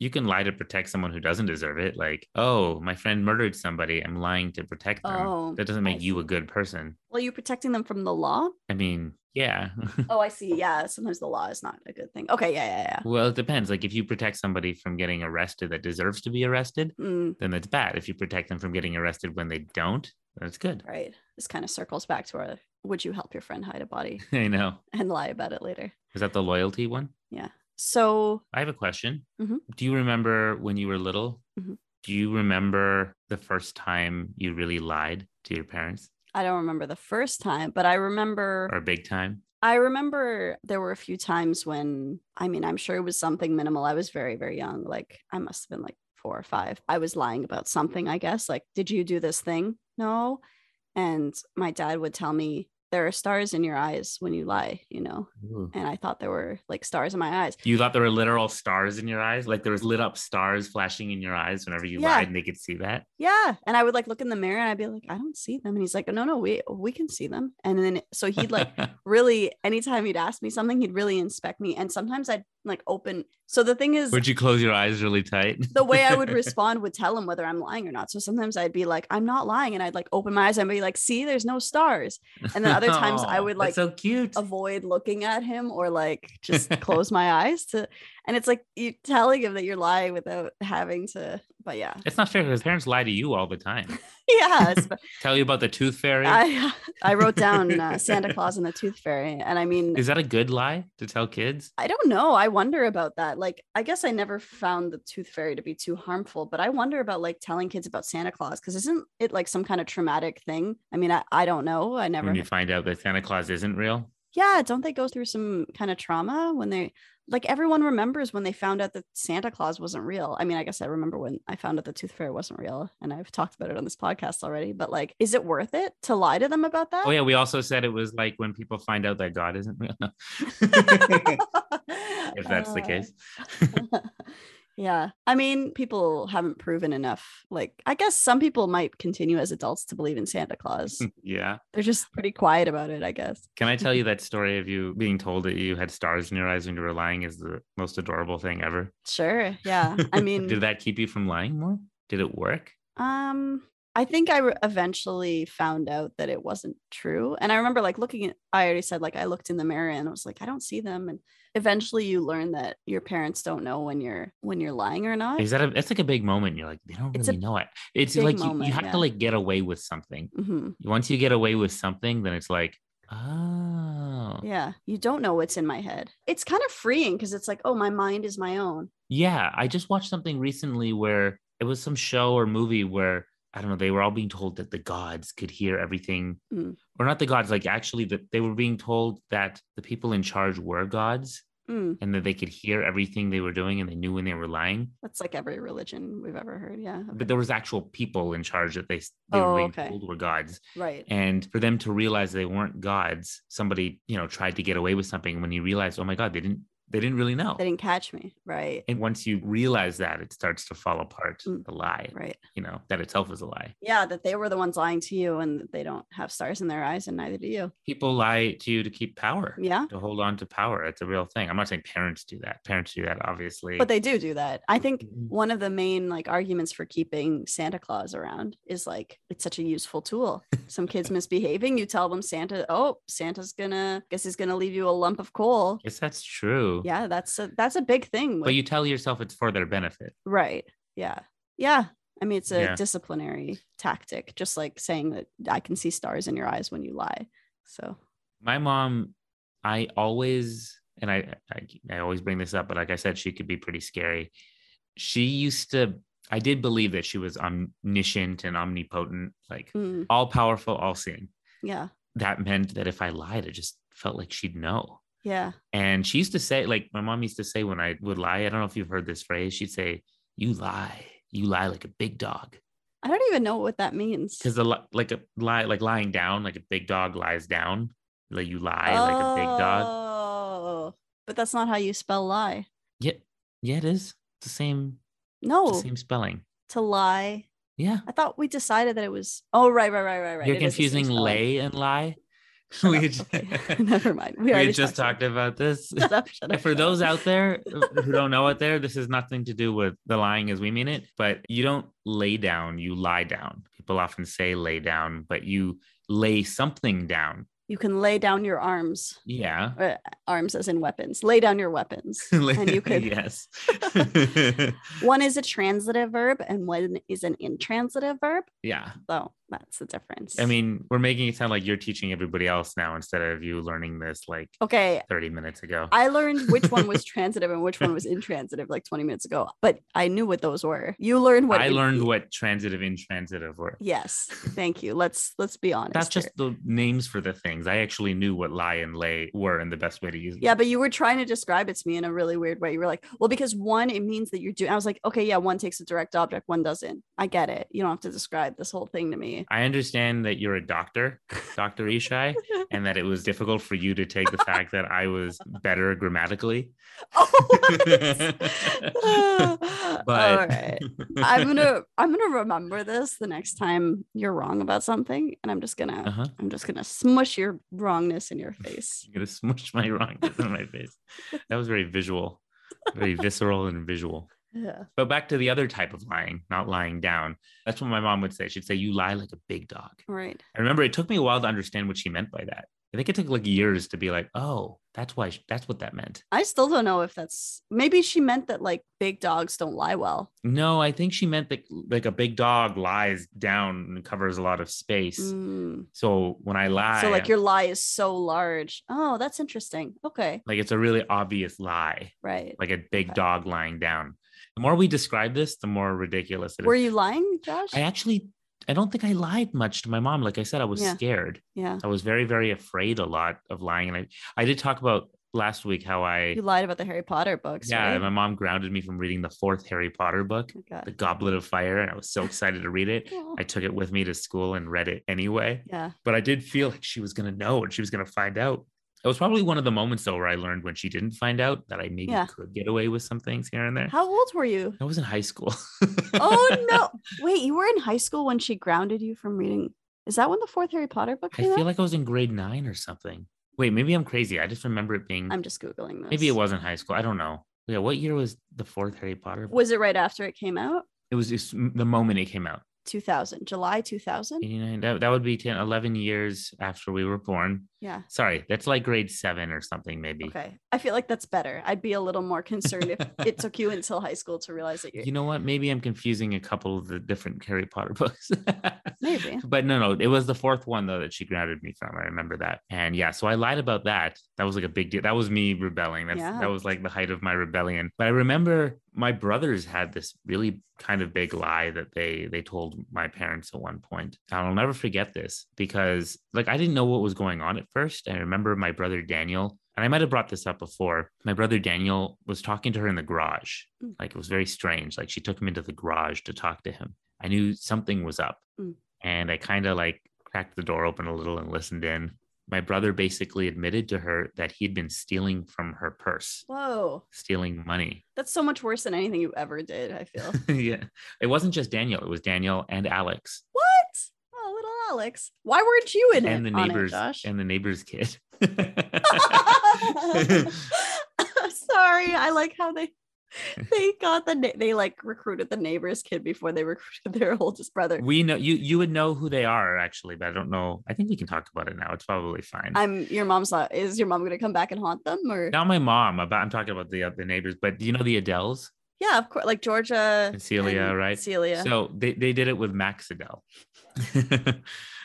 [SPEAKER 2] you can lie to protect someone who doesn't deserve it. Like, oh, my friend murdered somebody. I'm lying to protect them.
[SPEAKER 1] Oh,
[SPEAKER 2] that doesn't
[SPEAKER 1] I
[SPEAKER 2] make you a good person.
[SPEAKER 1] well, you're protecting them from the law.
[SPEAKER 2] I mean, yeah. <laughs>
[SPEAKER 1] Oh, I see. Yeah. Sometimes the law is not a good thing. Okay. Yeah. Yeah.
[SPEAKER 2] well, it depends. Like, if you protect somebody from getting arrested that deserves to be arrested,
[SPEAKER 1] Yeah. Mm.
[SPEAKER 2] then that's bad. If you protect them from getting arrested when they don't, that's good. <laughs>
[SPEAKER 1] Right. This kind of circles back to our would you help your friend hide a body
[SPEAKER 2] I know.
[SPEAKER 1] and lie about it later?
[SPEAKER 2] Is that the loyalty one?
[SPEAKER 1] So,
[SPEAKER 2] I have a question.
[SPEAKER 1] Mhm.
[SPEAKER 2] Do you remember when you were little?
[SPEAKER 1] Mhm.
[SPEAKER 2] Do you remember the first time you really lied to your parents
[SPEAKER 1] I don't remember the first time, but I remember
[SPEAKER 2] or big time?
[SPEAKER 1] I remember there were a few times when I mean, I'm sure it was something minimal. I was very very young, like I must have been like 4 or 5. I was lying about something, I guess, like did you do this thing? No. And my dad would tell me there are stars in your eyes when you lie, you know. And I thought there were like stars in my eyes.
[SPEAKER 2] You thought there were literal stars in your eyes? Like there was lit up stars flashing in your eyes whenever you
[SPEAKER 1] Yeah.
[SPEAKER 2] lied and they could see that?
[SPEAKER 1] yeah and i would like look in the mirror and i'd be like i don't see them and he's like no no we we can see them and then so he'd
[SPEAKER 2] <laughs>
[SPEAKER 1] like really anytime he'd ask me something he'd really inspect me and sometimes i'd like open so the thing is
[SPEAKER 2] Would you close your eyes really tight?
[SPEAKER 1] the way i would respond would tell him whether i'm lying or not so sometimes i'd be like i'm not lying and i'd like open my eyes and be like see there's no stars and then other times I
[SPEAKER 2] <laughs> Aw,
[SPEAKER 1] would,
[SPEAKER 2] Oh, that's so cute.
[SPEAKER 1] avoid looking at him or like just close my eyes to and it's like you telling him that you're lying without having to but yeah <laughs>
[SPEAKER 2] It's not fair because parents lie to you all the time.
[SPEAKER 1] yeah it's-
[SPEAKER 2] Tell you about the tooth fairy.
[SPEAKER 1] I <laughs> I wrote down uh, Santa Claus and the Tooth Fairy, and I mean,
[SPEAKER 2] Is that a good lie to tell kids?
[SPEAKER 1] I don't know. I wonder about that. Like, I guess I never found the Tooth Fairy to be too harmful, but I wonder about like telling kids about Santa Claus because isn't it like some kind of traumatic thing? I mean, I, I don't know. I never.
[SPEAKER 2] When you find out that Santa Claus isn't real?
[SPEAKER 1] yeah, don't they go through some kind of trauma when they like everyone remembers when they found out that Santa Claus wasn't real? I mean, I guess I remember when I found out the Tooth Fairy wasn't real, and I've talked about it on this podcast already. But like, is it worth it to lie to them about that?
[SPEAKER 2] Oh yeah, we also said it was like when people find out that God isn't real. <laughs>
[SPEAKER 1] <laughs>
[SPEAKER 2] No. <laughs> if that's the
[SPEAKER 1] Uh,
[SPEAKER 2] case. <laughs>
[SPEAKER 1] yeah. I mean, people haven't proven enough. Like, I guess some people might continue as adults to believe in Santa <laughs> Claus.
[SPEAKER 2] yeah.
[SPEAKER 1] They're just pretty quiet about it, I guess.
[SPEAKER 2] Can I tell
[SPEAKER 1] <laughs>
[SPEAKER 2] you that story of you being told that you had stars in your eyes when you were lying is the most adorable thing ever?
[SPEAKER 1] <laughs> Sure. Yeah. I mean,
[SPEAKER 2] did that keep you from lying more? Did it work?
[SPEAKER 1] um, I think I re- eventually found out that it wasn't true. And I remember like looking at, I already said, like, I looked in the mirror and I was like, I don't see them. And eventually you learn that your parents don't know when you're, when you're lying or not.
[SPEAKER 2] Is that a, that's like a big moment? You're like, they don't
[SPEAKER 1] It's
[SPEAKER 2] really know it. It's
[SPEAKER 1] big
[SPEAKER 2] like you,
[SPEAKER 1] moment,
[SPEAKER 2] you have
[SPEAKER 1] yeah.
[SPEAKER 2] to like get away with something.
[SPEAKER 1] Mhm.
[SPEAKER 2] Once you get away with something, then it's like, oh, yeah.
[SPEAKER 1] Yeah. You don't know what's in my head. It's kind of freeing because it's like, oh, my mind is my own.
[SPEAKER 2] I just watched something recently where it was some show or movie where I don't know, they were all being told that the gods could hear everything.
[SPEAKER 1] Mm.
[SPEAKER 2] Or not the gods, like actually that they were being told that the people in charge were gods
[SPEAKER 1] Mm,
[SPEAKER 2] and that they could hear everything they were doing and they knew when they were lying.
[SPEAKER 1] that's like every religion we've ever heard. Yeah.
[SPEAKER 2] But there was actual people in charge that they, they
[SPEAKER 1] Oh,
[SPEAKER 2] were being
[SPEAKER 1] okay.
[SPEAKER 2] told were gods.
[SPEAKER 1] Right.
[SPEAKER 2] And for them to realize they weren't gods, somebody, you know, tried to get away with something when you realize, oh my God, they didn't they didn't really know.
[SPEAKER 1] They didn't catch me. Right.
[SPEAKER 2] and once you realize that, it starts to fall apart.
[SPEAKER 1] Mm.
[SPEAKER 2] The lie,
[SPEAKER 1] Right.
[SPEAKER 2] you know, that itself is a lie.
[SPEAKER 1] Yeah. That they were the ones lying to you and that they don't have stars in their eyes and neither do you.
[SPEAKER 2] People lie to you to keep power,
[SPEAKER 1] Yeah.
[SPEAKER 2] to hold on to power. That's a real thing. I'm not saying parents do that. Parents do that, obviously.
[SPEAKER 1] But they do do that. I think
[SPEAKER 2] Mhm.
[SPEAKER 1] one of the main like arguments for keeping Santa Claus around is like it's such a useful tool. Some
[SPEAKER 2] <laughs>
[SPEAKER 1] kids misbehaving, you tell them Santa, oh, Santa's gonna guess he's gonna leave you a lump of coal.
[SPEAKER 2] yes, that's true.
[SPEAKER 1] Yeah, that's a that's a big thing.
[SPEAKER 2] But
[SPEAKER 1] with-
[SPEAKER 2] you tell yourself it's for their benefit.
[SPEAKER 1] right. Yeah. Yeah. I mean, it's a
[SPEAKER 2] Yeah.
[SPEAKER 1] disciplinary tactic, just like saying that I can see stars in your eyes when you lie. So
[SPEAKER 2] my mom i always and I, I i always bring this up but like i said she could be pretty scary she used to i did believe that she was omniscient and omnipotent like
[SPEAKER 1] mm,
[SPEAKER 2] all powerful all seeing
[SPEAKER 1] yeah,
[SPEAKER 2] that meant that if i lied it just felt like she'd know
[SPEAKER 1] yeah.
[SPEAKER 2] and she used to say like my mom used to say when i would lie i don't know if you've heard this phrase she'd say you lie you lie like a big dog
[SPEAKER 1] I don't even know what that means.
[SPEAKER 2] because the li- like a lie like lying down like a big dog lies down like you lie like a big dog
[SPEAKER 1] Oh, but that's not how you spell lie.
[SPEAKER 2] Yeah, yeah, it is. It's the same, it's
[SPEAKER 1] No,
[SPEAKER 2] the same spelling.
[SPEAKER 1] to lie.
[SPEAKER 2] Yeah,
[SPEAKER 1] I thought we decided that it was. Oh, right, right, right, right, right.
[SPEAKER 2] you're
[SPEAKER 1] It is the same
[SPEAKER 2] confusing
[SPEAKER 1] spelling. <laughs>
[SPEAKER 2] lay and lie. <laughs>
[SPEAKER 1] Shut
[SPEAKER 2] we
[SPEAKER 1] up.
[SPEAKER 2] just,
[SPEAKER 1] Okay. <laughs> Never mind. We,
[SPEAKER 2] <laughs> we
[SPEAKER 1] already
[SPEAKER 2] just talked
[SPEAKER 1] <laughs>
[SPEAKER 2] about this.
[SPEAKER 1] Shut up, shut up,
[SPEAKER 2] For
[SPEAKER 1] shut
[SPEAKER 2] those
[SPEAKER 1] up. <laughs>
[SPEAKER 2] out there who don't know it, there, this has nothing to do with the lying as we mean it. But you don't lay down; you lie down. People often say lay down, but you lay something down.
[SPEAKER 1] you can lay down your arms, uh,
[SPEAKER 2] Yeah, <laughs>
[SPEAKER 1] arms as in weapons. Lay down your weapons. and you could.
[SPEAKER 2] yes.
[SPEAKER 1] <laughs>
[SPEAKER 2] <laughs>
[SPEAKER 1] One is a transitive verb, and one is an intransitive verb.
[SPEAKER 2] yeah.
[SPEAKER 1] So that's the difference.
[SPEAKER 2] I mean, we're making it sound like you're teaching everybody else now instead of you learning this like
[SPEAKER 1] okay,
[SPEAKER 2] 30 minutes ago.
[SPEAKER 1] I learned which one was transitive and which one was intransitive like 20 minutes ago, but I knew what those were. You learned what
[SPEAKER 2] I
[SPEAKER 1] in-
[SPEAKER 2] learned what transitive intransitive were.
[SPEAKER 1] Yes, thank you. Let's let's be honest.
[SPEAKER 2] That's just
[SPEAKER 1] here.
[SPEAKER 2] the names for the things. I actually knew what lie and lay were and the best way to use them.
[SPEAKER 1] yeah, but you were trying to describe it to me in a really weird way. You were like, well, because one it means that you're doing. I was like, okay, yeah, one takes a direct object, one doesn't. I get it. You don't have to describe this whole thing to me. <laughs>
[SPEAKER 2] I understand that you're a doctor, Dr. Ishai, and that it was difficult for you to take the fact that I was
[SPEAKER 1] <laughs>
[SPEAKER 2] better grammatically.
[SPEAKER 1] Oh,
[SPEAKER 2] <laughs>
[SPEAKER 1] <laughs>
[SPEAKER 2] but
[SPEAKER 1] all right. I'm gonna I'm gonna remember this the next time you're wrong about something, and I'm just gonna
[SPEAKER 2] <laughs> uh-huh.
[SPEAKER 1] I'm just gonna smush your wrongness in your face.
[SPEAKER 2] I'm gonna smush my wrongness in my face. That was very visual, very visceral and visual.
[SPEAKER 1] Yeah.
[SPEAKER 2] But back to the other type of lying, not lying down. That's what my mom would say. She'd say, You lie like a big dog.
[SPEAKER 1] Right.
[SPEAKER 2] I remember it took me a while to understand what she meant by that. I think it took like years to be like, Oh, that's why, sh- that's what that meant.
[SPEAKER 1] I still don't know if that's maybe she meant that like big dogs don't lie well.
[SPEAKER 2] No, I think she meant that like a big dog lies down and covers a lot of space.
[SPEAKER 1] Mm.
[SPEAKER 2] So when I lie,
[SPEAKER 1] So like your lie is so large. Oh, that's interesting. Okay.
[SPEAKER 2] like it's a really obvious lie,
[SPEAKER 1] Right.
[SPEAKER 2] like a big
[SPEAKER 1] Okay.
[SPEAKER 2] dog lying down. The more we describe this, the more ridiculous it is.
[SPEAKER 1] Were you lying, Josh?
[SPEAKER 2] I actually, I don't think I lied much to my mom. Like I said, I was
[SPEAKER 1] Yeah.
[SPEAKER 2] scared.
[SPEAKER 1] yeah.
[SPEAKER 2] I was very, very afraid a lot of lying. And I, I did talk about last week how I,
[SPEAKER 1] You lied about the Harry Potter books.
[SPEAKER 2] yeah,
[SPEAKER 1] Right?
[SPEAKER 2] my mom grounded me from reading the fourth Harry Potter book,
[SPEAKER 1] Oh, God.
[SPEAKER 2] The Goblet of Fire. And I was so excited to read it.
[SPEAKER 1] Oh.
[SPEAKER 2] I took it with me to school and read it anyway.
[SPEAKER 1] yeah.
[SPEAKER 2] But I did feel like she was going to know and she was going to find out. It was probably one of the moments, though, where I learned when she didn't find out that I maybe
[SPEAKER 1] Yeah.
[SPEAKER 2] could get away with some things here and there.
[SPEAKER 1] How old were you?
[SPEAKER 2] I was in high school. <laughs>
[SPEAKER 1] Oh no. Wait, you were in high school when she grounded you from reading. Is that when the fourth Harry Potter book
[SPEAKER 2] I
[SPEAKER 1] came
[SPEAKER 2] feel
[SPEAKER 1] out?
[SPEAKER 2] like I was in grade nine or something. Wait, maybe I'm crazy. I just remember it being
[SPEAKER 1] I'm just googling this.
[SPEAKER 2] maybe it wasn't high school. I don't know. Yeah, what year was the fourth Harry Potter? book?
[SPEAKER 1] Was it right after it came out?
[SPEAKER 2] It was just m- the moment it came out.
[SPEAKER 1] 2000, July 2000.
[SPEAKER 2] 89 that, that would be 10 11 years after we were born
[SPEAKER 1] Yeah.
[SPEAKER 2] sorry that's like grade seven or something maybe
[SPEAKER 1] Okay. I feel like that's better. I'd be a little more concerned if it took you until high school to realize that you're
[SPEAKER 2] <laughs> you know what maybe i'm confusing a couple of the different harry potter <laughs> books
[SPEAKER 1] maybe.
[SPEAKER 2] but no no it was the fourth one though that she grounded me from i remember that and yeah so i lied about that that was like a big deal that was me rebelling that's
[SPEAKER 1] Yeah.
[SPEAKER 2] that was like the height of my rebellion but i remember my brothers had this really kind of big lie that they they told my parents at one point and i'll never forget this because like i didn't know what was going on at first i remember my brother daniel and I might have brought this up before. My brother Daniel was talking to her in the garage.
[SPEAKER 1] Mm.
[SPEAKER 2] Like it was very strange. Like she took him into the garage to talk to him. I knew something was up and I kind of like cracked the door open a little and listened in. My brother basically admitted to her that he'd been stealing from her purse,
[SPEAKER 1] Whoa.
[SPEAKER 2] stealing money. <laughs>
[SPEAKER 1] That's so much worse than anything you ever did, I feel. <laughs>
[SPEAKER 2] yeah. It wasn't just Daniel, it was Daniel and Alex
[SPEAKER 1] what? Oh, little Alex. Why weren't you in
[SPEAKER 2] and
[SPEAKER 1] it
[SPEAKER 2] the
[SPEAKER 1] on it,
[SPEAKER 2] neighbors
[SPEAKER 1] Josh?
[SPEAKER 2] and the neighbor's kid.
[SPEAKER 1] <laughs> <laughs> Sorry, I like how they they got the na- they like recruited the neighbor's kid before they recruited their oldest brother.
[SPEAKER 2] we know you you would know who they are actually, but I don't know. I think we can talk about it now. It's probably fine.
[SPEAKER 1] I'm your mom's not. Is your mom gonna come back and haunt them or?
[SPEAKER 2] not my mom, about I'm talking about the uh, the neighbors, but do you know the Adeles
[SPEAKER 1] Yeah, of course. Like Georgia,
[SPEAKER 2] and Celia,
[SPEAKER 1] and
[SPEAKER 2] right?
[SPEAKER 1] Celia.
[SPEAKER 2] So they, they did it with Max Adele. <laughs>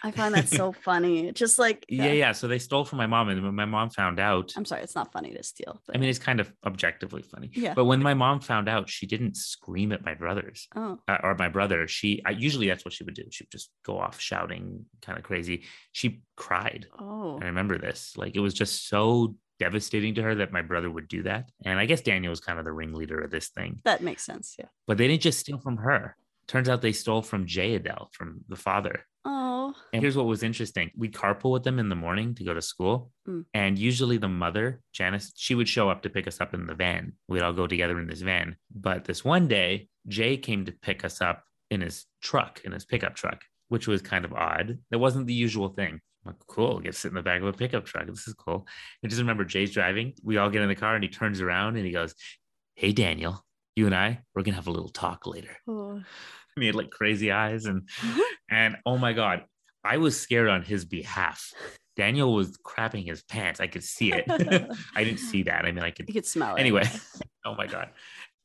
[SPEAKER 1] I find that so funny. Just like
[SPEAKER 2] yeah yeah so they stole from my mom and when my mom found out
[SPEAKER 1] I'm sorry, it's not funny to steal. But,
[SPEAKER 2] i mean it's kind of objectively funny
[SPEAKER 1] Yeah.
[SPEAKER 2] but when my mom found out she didn't scream at my brothers
[SPEAKER 1] oh,
[SPEAKER 2] uh, or my brother she I, usually that's what she would do she would just go off shouting kind of crazy she cried
[SPEAKER 1] oh,
[SPEAKER 2] i remember this like it was just so devastating to her that my brother would do that and i guess daniel was kind of the ringleader of this thing
[SPEAKER 1] that makes sense. Yeah.
[SPEAKER 2] but they didn't just steal from her turns out they stole from jay adele from the father
[SPEAKER 1] Oh,
[SPEAKER 2] and here's what was interesting. We'd carpool with them in the morning to go to school.
[SPEAKER 1] Mm.
[SPEAKER 2] And usually the mother, Janice, she would show up to pick us up in the van. We'd all go together in this van. But this one day, Jay came to pick us up in his truck, in his pickup truck, which was kind of odd. That wasn't the usual thing. I'm like, cool, get to sit in the back of a pickup truck. This is cool. I just remember Jay's driving. We all get in the car and he turns around and he goes, Hey, Daniel, you and I, we're going to have a little talk later.
[SPEAKER 1] oh.
[SPEAKER 2] And he had like crazy
[SPEAKER 1] <laughs>
[SPEAKER 2] eyes and and oh my God, I was scared on his behalf. Daniel was crapping his pants. I could see it. <laughs> I didn't see that. I mean, I could.
[SPEAKER 1] you could smell it.
[SPEAKER 2] Anyway, oh my God.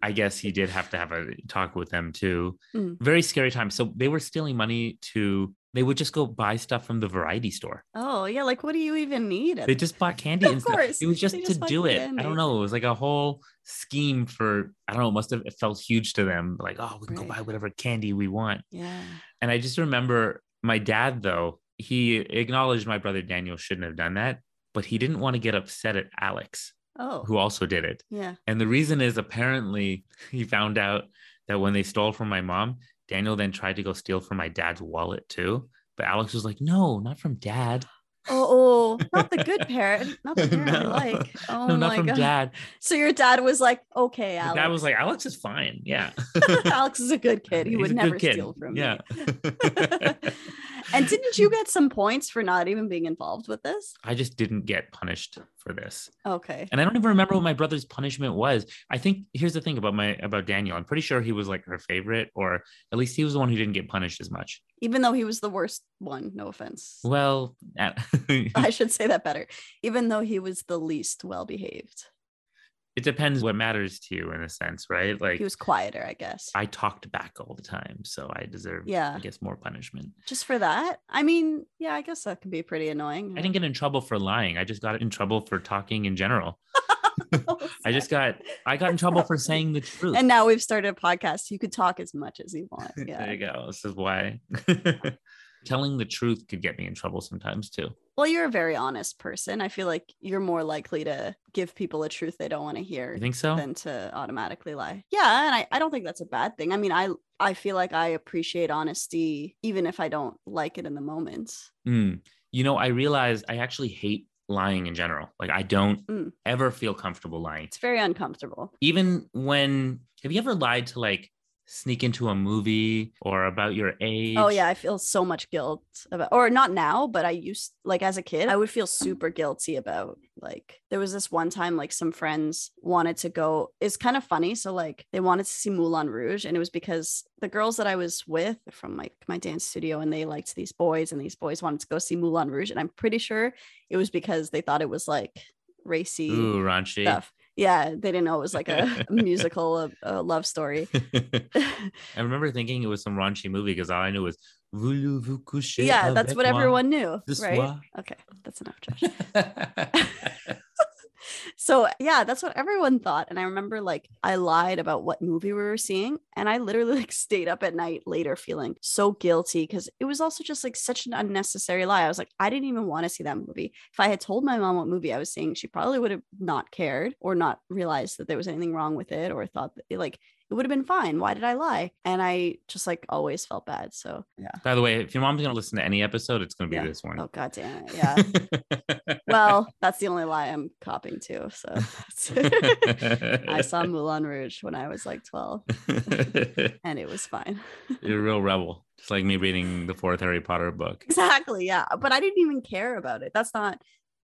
[SPEAKER 2] I guess he did have to have a talk with them too.
[SPEAKER 1] Mm.
[SPEAKER 2] Very scary time. So they were stealing money to, they would just go buy stuff from the variety store.
[SPEAKER 1] Oh yeah, like what do you even need? at
[SPEAKER 2] They just bought candy
[SPEAKER 1] Of
[SPEAKER 2] and stuff.
[SPEAKER 1] course,
[SPEAKER 2] It was just
[SPEAKER 1] they
[SPEAKER 2] to
[SPEAKER 1] just bought
[SPEAKER 2] do it. I
[SPEAKER 1] candy.
[SPEAKER 2] don't know. It was like a whole scheme for, I don't know, it must have it felt huge to them. Like, oh, we can
[SPEAKER 1] Right.
[SPEAKER 2] go buy whatever candy we want.
[SPEAKER 1] Yeah.
[SPEAKER 2] And I just remember my dad, though, he acknowledged my brother Daniel shouldn't have done that, but he didn't want to get upset at Alex,
[SPEAKER 1] Oh.
[SPEAKER 2] who also did it.
[SPEAKER 1] yeah.
[SPEAKER 2] And the reason is apparently <laughs> he found out that when they stole from my mom, Daniel then tried to go steal from my dad's wallet too. But Alex was like, no, not from dad.
[SPEAKER 1] Oh, oh, not the good parent. Not the parent I
[SPEAKER 2] <laughs> No.
[SPEAKER 1] like. Oh
[SPEAKER 2] no, not
[SPEAKER 1] my
[SPEAKER 2] from
[SPEAKER 1] god. <laughs>
[SPEAKER 2] dad.
[SPEAKER 1] So your dad was like, okay,
[SPEAKER 2] Dad
[SPEAKER 1] Alex.
[SPEAKER 2] was like, Alex is fine. Yeah. <laughs>
[SPEAKER 1] Alex is a good kid. He
[SPEAKER 2] He's
[SPEAKER 1] would
[SPEAKER 2] a good
[SPEAKER 1] never
[SPEAKER 2] kid.
[SPEAKER 1] steal from
[SPEAKER 2] yeah. <laughs>
[SPEAKER 1] me. <laughs> and didn't you get some points for not even being involved with this?
[SPEAKER 2] I just didn't get punished for this.
[SPEAKER 1] Okay.
[SPEAKER 2] and I don't even remember what my brother's punishment was. I think here's the thing about my about Daniel. I'm pretty sure he was like her favorite, or at least he was the one who didn't get punished as much.
[SPEAKER 1] Even though he was the worst one, no offense.
[SPEAKER 2] Well, uh,
[SPEAKER 1] <laughs>
[SPEAKER 2] <laughs>
[SPEAKER 1] I should say that better. Even though he was the least well behaved.
[SPEAKER 2] it depends what matters to you in a sense, right? Like
[SPEAKER 1] He was quieter, I guess.
[SPEAKER 2] I talked back all the time, so I deserve,
[SPEAKER 1] Yeah.
[SPEAKER 2] I guess, more punishment.
[SPEAKER 1] Just for that. I mean, yeah, I guess that can be pretty annoying.
[SPEAKER 2] I didn't get in trouble for lying. I just got in trouble for talking in general.
[SPEAKER 1] <laughs>
[SPEAKER 2] I just got I got in trouble for saying the truth.
[SPEAKER 1] and now we've started a podcast. You could talk as much as you want.
[SPEAKER 2] <laughs> There
[SPEAKER 1] Yeah.
[SPEAKER 2] you go. This is why <laughs> telling the truth could get me in trouble sometimes too.
[SPEAKER 1] Well, you're a very honest person. I feel like you're more likely to give people a truth they don't want to hear
[SPEAKER 2] You think so?
[SPEAKER 1] than to automatically lie. Yeah. And I, I don't think that's a bad thing. I mean, I I feel like I appreciate honesty even if I don't like it in the moment.
[SPEAKER 2] Mm. You know, I realized I actually hate lying in general. Like, I don't
[SPEAKER 1] Mm.
[SPEAKER 2] ever feel comfortable lying.
[SPEAKER 1] It's very uncomfortable.
[SPEAKER 2] Even when, have you ever lied to like sneak into a movie or about your age.
[SPEAKER 1] Oh yeah, I feel so much guilt about or not now, but I used like as a kid, I would feel super guilty about like there was this one time like some friends wanted to go. It's kind of funny, so like they wanted to see Moulin Rouge and it was because the girls that I was with from like my dance studio and they liked these boys and these boys wanted to go see Moulin Rouge and I'm pretty sure it was because they thought it was like racy
[SPEAKER 2] Ooh, raunchy.
[SPEAKER 1] stuff. Yeah, they didn't know it was like a musical, a, a love story.
[SPEAKER 2] <laughs>
[SPEAKER 1] <laughs>
[SPEAKER 2] I remember thinking it was some raunchy movie because all I knew was Voulez-vous coucher
[SPEAKER 1] yeah, that's
[SPEAKER 2] avec
[SPEAKER 1] what
[SPEAKER 2] moi
[SPEAKER 1] everyone knew,
[SPEAKER 2] ce
[SPEAKER 1] right? <laughs>
[SPEAKER 2] soir?"
[SPEAKER 1] Okay, that's enough, Josh. So yeah, that's what everyone thought. And I remember like I lied about what movie we were seeing. And I literally like <laughs> stayed up at night later feeling so guilty because it was also just like such an unnecessary lie. I was like, I didn't even want to see that movie. If I had told my mom what movie I was seeing, she probably would have not cared or not realized that there was anything wrong with it or thought that like it would have been fine. Why did I lie? And I just like always felt bad. So yeah.
[SPEAKER 2] By the way, if your mom's gonna listen to any episode, it's gonna be
[SPEAKER 1] Yeah.
[SPEAKER 2] this one.
[SPEAKER 1] Oh god damn it.
[SPEAKER 2] <laughs>
[SPEAKER 1] Yeah. <laughs> well, that's the only lie I'm copying to. So <laughs> that's-
[SPEAKER 2] <laughs>
[SPEAKER 1] I saw Moulin Rouge when I was like 12 and it was fine. <laughs>
[SPEAKER 2] You're a real rebel. It's like me reading the fourth Harry Potter book.
[SPEAKER 1] Exactly. Yeah. But I didn't even care about it. That's not,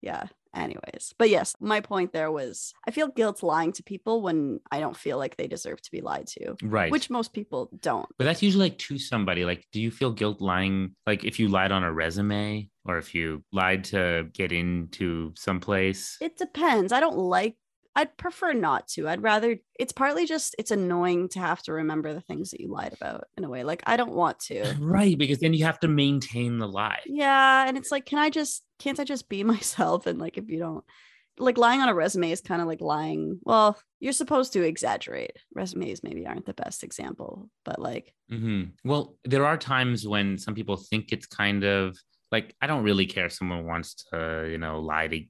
[SPEAKER 1] yeah. Anyways, but yes, my point there was I feel guilt lying to people when I don't feel like they deserve to be lied to,
[SPEAKER 2] Right.
[SPEAKER 1] which most people don't.
[SPEAKER 2] but that's usually like to somebody. Like, do you feel guilt lying? Like, if you lied on a resume or if you lied to get into someplace?
[SPEAKER 1] It depends. I don't like, I'd prefer not to. I'd rather, it's partly just, it's annoying to have to remember the things that you lied about in a way. Like, I don't want to.
[SPEAKER 2] Right. Because then you have to maintain the lie.
[SPEAKER 1] Yeah, and it's like, can I just can't I just be <laughs> myself? And like, if you don't like lying on a resume is kind of like lying. Well, you're supposed to exaggerate. Resumes maybe aren't the best example, but like,
[SPEAKER 2] hmm Well, there are times when some people think it's kind of like I don't really care if someone wants to, you know, lie to.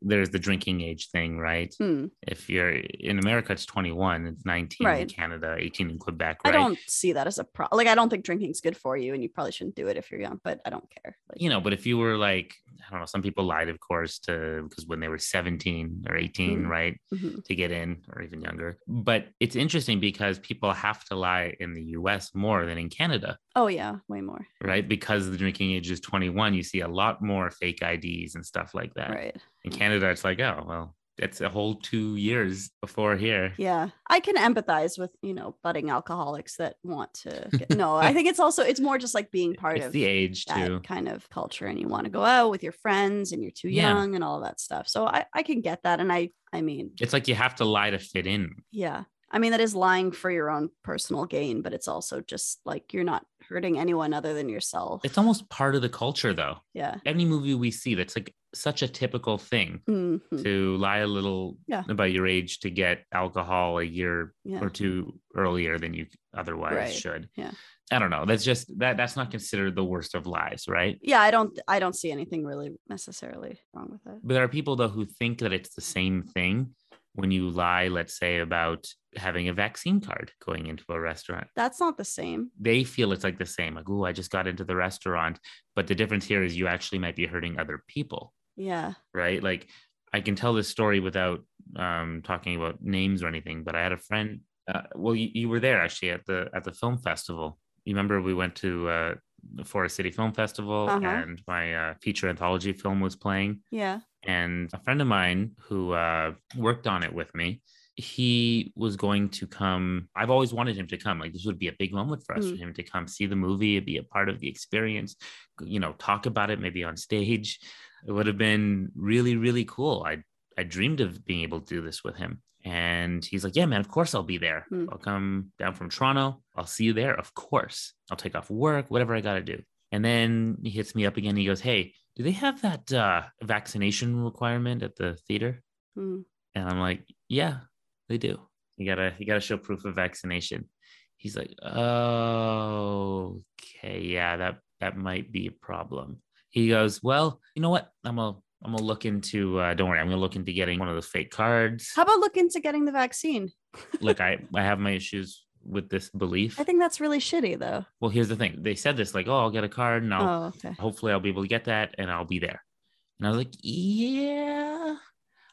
[SPEAKER 2] There's the drinking age thing, right?
[SPEAKER 1] hmm,
[SPEAKER 2] If you're in America, it's 21, it's 19 in
[SPEAKER 1] Right.
[SPEAKER 2] Canada, 18 in Quebec,
[SPEAKER 1] I
[SPEAKER 2] right?
[SPEAKER 1] don't see that as a pro. Like, I don't think drinking's good for you, and you probably shouldn't do it if you're young. But I don't care. Like,
[SPEAKER 2] You know, but if you were like, I don't know, some people lied, of course, to because when they were 17 or 18,
[SPEAKER 1] Mm.
[SPEAKER 2] right,
[SPEAKER 1] mhm.
[SPEAKER 2] to get in or even younger. But it's interesting because people have to lie in the US more than in Canada.
[SPEAKER 1] oh yeah, way more.
[SPEAKER 2] right? Because the drinking age is 21, you see a lot more fake IDs and stuff like that.
[SPEAKER 1] Right.
[SPEAKER 2] In Canada, it's like, oh, well, that's a whole two years before here.
[SPEAKER 1] Yeah, I can empathize with you know budding alcoholics that want to. Get- no,
[SPEAKER 2] <laughs>
[SPEAKER 1] I think it's also it's more just like being part
[SPEAKER 2] it's
[SPEAKER 1] of
[SPEAKER 2] the age
[SPEAKER 1] that
[SPEAKER 2] too.
[SPEAKER 1] kind of culture and you want to go out with your friends and you're too
[SPEAKER 2] Yeah.
[SPEAKER 1] young and all that stuff. So I, I can get that. And I I mean,
[SPEAKER 2] It's like you have to lie to fit in.
[SPEAKER 1] yeah. I mean, that is lying for your own personal gain, but it's also just like you're not hurting anyone other than yourself.
[SPEAKER 2] It's almost part of the culture though.
[SPEAKER 1] yeah.
[SPEAKER 2] Any movie we see that's like such a typical thing
[SPEAKER 1] Mhm.
[SPEAKER 2] to lie a little
[SPEAKER 1] Yeah.
[SPEAKER 2] about your age to get alcohol a year
[SPEAKER 1] Yeah.
[SPEAKER 2] or two earlier than you otherwise
[SPEAKER 1] Right.
[SPEAKER 2] should.
[SPEAKER 1] Yeah.
[SPEAKER 2] I don't know. That's just that that's not considered the worst of lies, right?
[SPEAKER 1] Yeah. I don't, I don't see anything really necessarily wrong with it.
[SPEAKER 2] But there are people though who think that it's the same thing when you lie, let's say, about having a vaccine card going into a restaurant.
[SPEAKER 1] That's not the same.
[SPEAKER 2] They feel it's like the same, like, oh, I just got into the restaurant. But the difference here is you actually might be hurting other people,
[SPEAKER 1] Yeah.
[SPEAKER 2] right? Like I can tell this story without um, talking about names or anything, but I had a friend. Uh, well, you, you were there actually at the at the film festival. You remember we went to uh, the Forest City Film Festival,
[SPEAKER 1] Uh-huh.
[SPEAKER 2] and my uh, feature anthology film was playing
[SPEAKER 1] Yeah.
[SPEAKER 2] and a friend of mine who uh, worked on it with me he was going to come i've always wanted him to come like this would be a big moment for us
[SPEAKER 1] Mm.
[SPEAKER 2] for him to come see the movie be a part of the experience you know talk about it maybe on stage it would have been really really cool i i dreamed of being able to do this with him and he's like yeah man of course i'll be there
[SPEAKER 1] Mm.
[SPEAKER 2] i'll come down from toronto i'll see you there of course i'll take off work whatever i gotta do and then he hits me up again. He goes, Hey, do they have that uh, vaccination requirement at the theater?
[SPEAKER 1] Mm.
[SPEAKER 2] And I'm like, Yeah, they do. You gotta you gotta show proof of vaccination. He's like, Oh, okay, yeah, that that might be a problem. He goes, Well, you know what? I'm gonna I'm gonna look into uh, don't worry, I'm gonna look into getting one of those fake cards.
[SPEAKER 1] How about look into getting the vaccine?
[SPEAKER 2] look, I, I have my issues with this belief.
[SPEAKER 1] I think that's really shitty though.
[SPEAKER 2] well, here's the thing. They said this, like, oh, I'll get a card and I'll
[SPEAKER 1] Oh, okay.
[SPEAKER 2] hopefully I'll be able to get that and I'll be there. And I was like, yeah.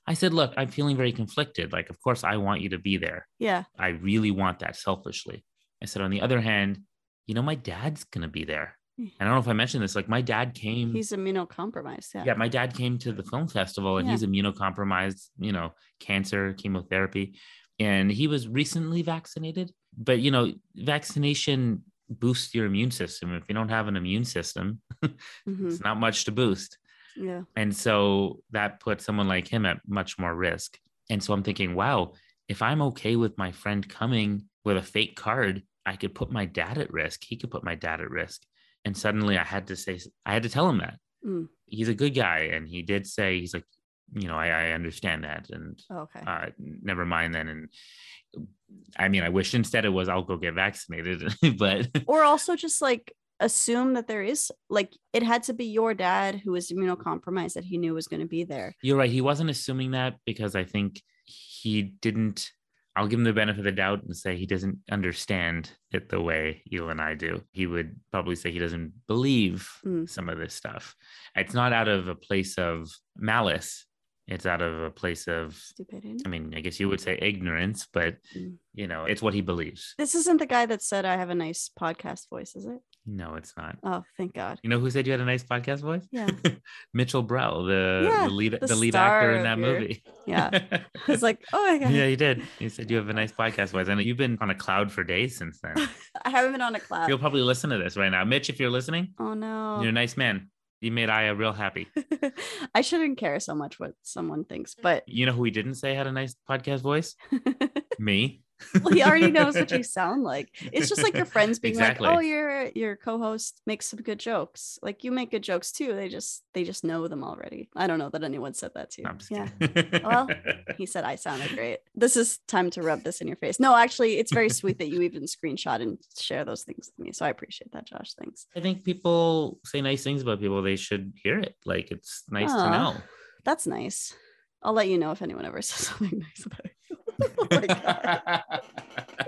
[SPEAKER 2] I said, look, I'm feeling very conflicted. Like, of course, I want you to be there.
[SPEAKER 1] Yeah.
[SPEAKER 2] I really want that selfishly. I said, on the other hand, you know, my dad's gonna be there. And I don't know if I mentioned this. Like my dad came.
[SPEAKER 1] He's immunocompromised. Yeah.
[SPEAKER 2] yeah, my dad came to the film festival and
[SPEAKER 1] Yeah.
[SPEAKER 2] he's immunocompromised, you know, cancer, chemotherapy. And he was recently vaccinated. But, you know, vaccination boosts your immune system. If you don't have an immune system,
[SPEAKER 1] Mhm.
[SPEAKER 2] it's not much to boost.
[SPEAKER 1] Yeah.
[SPEAKER 2] And so that put someone like him at much more risk. And so I'm thinking, wow, if I'm okay with my friend coming with a fake card, I could put my dad at risk. He could put my dad at risk. And suddenly I had to say, I had to tell him that
[SPEAKER 1] Mm.
[SPEAKER 2] he's a good guy. And he did say, he's like, you know, I, I understand that. And
[SPEAKER 1] Oh, Okay.
[SPEAKER 2] uh, never mind then. And I mean, I wish instead it was, I'll go get vaccinated. <laughs> but
[SPEAKER 1] or also just like assume that there is like it had to be your dad who was immunocompromised that he knew was going to be there.
[SPEAKER 2] You're right. He wasn't assuming that because I think he didn't. I'll give him the benefit of the doubt and say he doesn't understand it the way you and I do. He would probably say he doesn't believe
[SPEAKER 1] Mm.
[SPEAKER 2] some of this stuff. It's not out of a place of malice, it's out of a place of,
[SPEAKER 1] Stupidity.
[SPEAKER 2] I mean, I guess you would say ignorance, but
[SPEAKER 1] Mm.
[SPEAKER 2] you know, it's what he believes.
[SPEAKER 1] This isn't the guy that said I have a nice podcast voice, is it?
[SPEAKER 2] No, it's not.
[SPEAKER 1] Oh, thank God.
[SPEAKER 2] You know who said you had a nice podcast voice?
[SPEAKER 1] Yeah.
[SPEAKER 2] Mitchell Brell, the,
[SPEAKER 1] Yeah,
[SPEAKER 2] the lead,
[SPEAKER 1] the
[SPEAKER 2] the lead
[SPEAKER 1] star
[SPEAKER 2] actor
[SPEAKER 1] of
[SPEAKER 2] in that
[SPEAKER 1] your-
[SPEAKER 2] movie.
[SPEAKER 1] <laughs> Yeah.
[SPEAKER 2] <laughs>
[SPEAKER 1] I was like, oh my God.
[SPEAKER 2] yeah, you did. You said you have a nice podcast voice, and you've been on a cloud for days since
[SPEAKER 1] <laughs>
[SPEAKER 2] then.
[SPEAKER 1] I haven't been on a clap.
[SPEAKER 2] You'll probably listen to this right now, Mitch. If you're listening,
[SPEAKER 1] oh no.
[SPEAKER 2] you're a nice man. You made Aya real happy.
[SPEAKER 1] <laughs> I shouldn't care so much what someone thinks, but
[SPEAKER 2] You know who we didn't say had a nice podcast
[SPEAKER 1] <laughs>
[SPEAKER 2] voice? Me.
[SPEAKER 1] well, he already knows
[SPEAKER 2] <laughs>
[SPEAKER 1] what you sound like. It's just like your friends being
[SPEAKER 2] Exactly.
[SPEAKER 1] like, "Oh, your your co-host makes some good jokes. Like you make good jokes too. They just they just know them already." I don't know that anyone said that to you.
[SPEAKER 2] No, I'm just
[SPEAKER 1] yeah,
[SPEAKER 2] kidding.
[SPEAKER 1] Well, he said I sounded great. This is time to rub this in your face. No, actually, it's very sweet that you even screenshot and share those things with me. So I appreciate that, Josh. Thanks.
[SPEAKER 2] <laughs> I think people say nice things about people. They should hear it. Like it's nice
[SPEAKER 1] Aw.
[SPEAKER 2] to know.
[SPEAKER 1] That's nice. I'll let you know if anyone ever <laughs> says something nice about you. <laughs> <laughs> oh my god.
[SPEAKER 2] <laughs>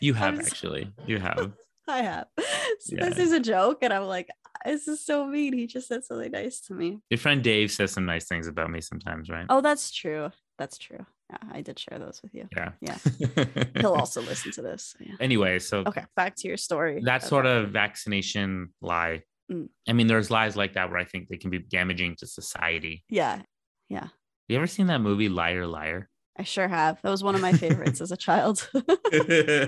[SPEAKER 2] you have
[SPEAKER 1] I'm so-
[SPEAKER 2] actually. You have.
[SPEAKER 1] I have. So This
[SPEAKER 2] Yeah.
[SPEAKER 1] is a joke. And I'm like, this is so mean. He just said something nice to me.
[SPEAKER 2] Your friend Dave says some nice things about me sometimes, right?
[SPEAKER 1] Oh, that's true. That's true. Yeah, I did share those with you.
[SPEAKER 2] Yeah.
[SPEAKER 1] Yeah.
[SPEAKER 2] Yeah. <laughs>
[SPEAKER 1] He'll also listen to this. Yeah.
[SPEAKER 2] anyway, so
[SPEAKER 1] Okay. Back to your story.
[SPEAKER 2] that sort of vaccination lie.
[SPEAKER 1] Mm.
[SPEAKER 2] I mean, there's lies like that where I think they can be damaging to society.
[SPEAKER 1] Yeah.
[SPEAKER 2] You ever seen that movie
[SPEAKER 1] <laughs>
[SPEAKER 2] Liar Liar? <laughs>
[SPEAKER 1] I sure have. That was one of my favorites as a child. <laughs> I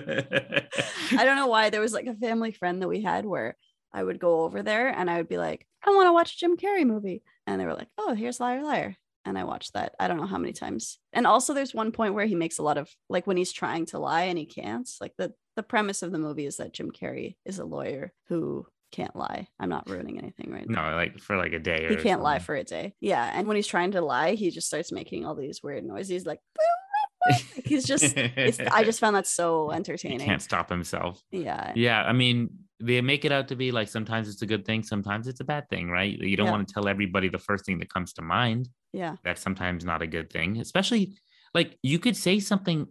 [SPEAKER 1] don't know why there was like a family friend that we had where I would go over there and I would be like, I want to watch a Jim Carrey movie. And they were like, oh, here's Liar Liar. And I watched that. I don't know how many times. And also there's one point where he makes a lot of like when he's trying to lie and he can't. Like the the premise of the movie is that Jim Carrey is a lawyer who can't lie. I'm not ruining anything right
[SPEAKER 2] no, like for like a day.
[SPEAKER 1] he
[SPEAKER 2] or
[SPEAKER 1] can't lie
[SPEAKER 2] something.
[SPEAKER 1] for a day. Yeah. And when he's trying to lie, he just starts making all these weird noises. Like, <laughs> like, he's just, it's, I just found that so
[SPEAKER 2] <laughs> he
[SPEAKER 1] entertaining.
[SPEAKER 2] can't stop himself.
[SPEAKER 1] Yeah.
[SPEAKER 2] Yeah, I mean, they make it out to be like sometimes it's a good thing, sometimes it's a bad thing, right? You don't
[SPEAKER 1] Yeah.
[SPEAKER 2] want to tell everybody the first thing that comes to mind.
[SPEAKER 1] Yeah.
[SPEAKER 2] that's sometimes not a good thing especially like you could say something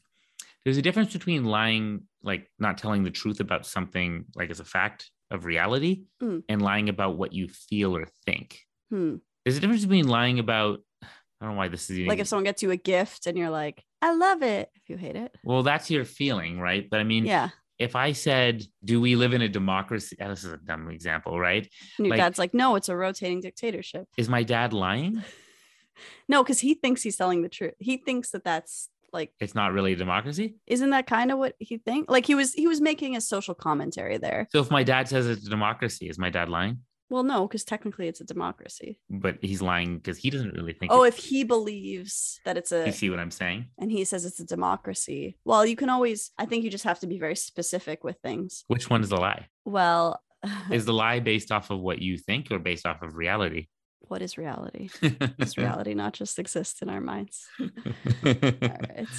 [SPEAKER 2] <sighs> there's a difference between lying like not telling the truth about something like as a fact of reality
[SPEAKER 1] Mm.
[SPEAKER 2] and lying about what you feel or think
[SPEAKER 1] Hmm.
[SPEAKER 2] there's a difference between lying about <sighs> i don't know why this is even,
[SPEAKER 1] Like if someone gets you a gift and you're like, I love it. If you hate it.
[SPEAKER 2] well that's your feeling right but i mean
[SPEAKER 1] Yeah.
[SPEAKER 2] if i said do we live in a democracy oh, this is a dumb example right
[SPEAKER 1] And your
[SPEAKER 2] like-
[SPEAKER 1] dad's like, no, it's a rotating dictatorship.
[SPEAKER 2] is my dad lying
[SPEAKER 1] No, because he thinks he's telling the truth. He thinks that that's like,
[SPEAKER 2] it's not really a democracy
[SPEAKER 1] isn't that kind of what he think? Like he was, he was making a social commentary there.
[SPEAKER 2] so if my dad says it's a democracy is my dad lying
[SPEAKER 1] Well, no, because technically it's a democracy.
[SPEAKER 2] but he's lying because he doesn't really think
[SPEAKER 1] Oh,
[SPEAKER 2] it-
[SPEAKER 1] if he believes that it's a
[SPEAKER 2] you see what i'm saying
[SPEAKER 1] and he says it's a democracy. Well, you can always, I think you just have to be very specific with things.
[SPEAKER 2] Which one is the lie?
[SPEAKER 1] Well,
[SPEAKER 2] Is the lie based off of what you think or based off of reality?
[SPEAKER 1] what is reality? Does
[SPEAKER 2] it's <laughs>
[SPEAKER 1] reality not just exist in our minds? All right.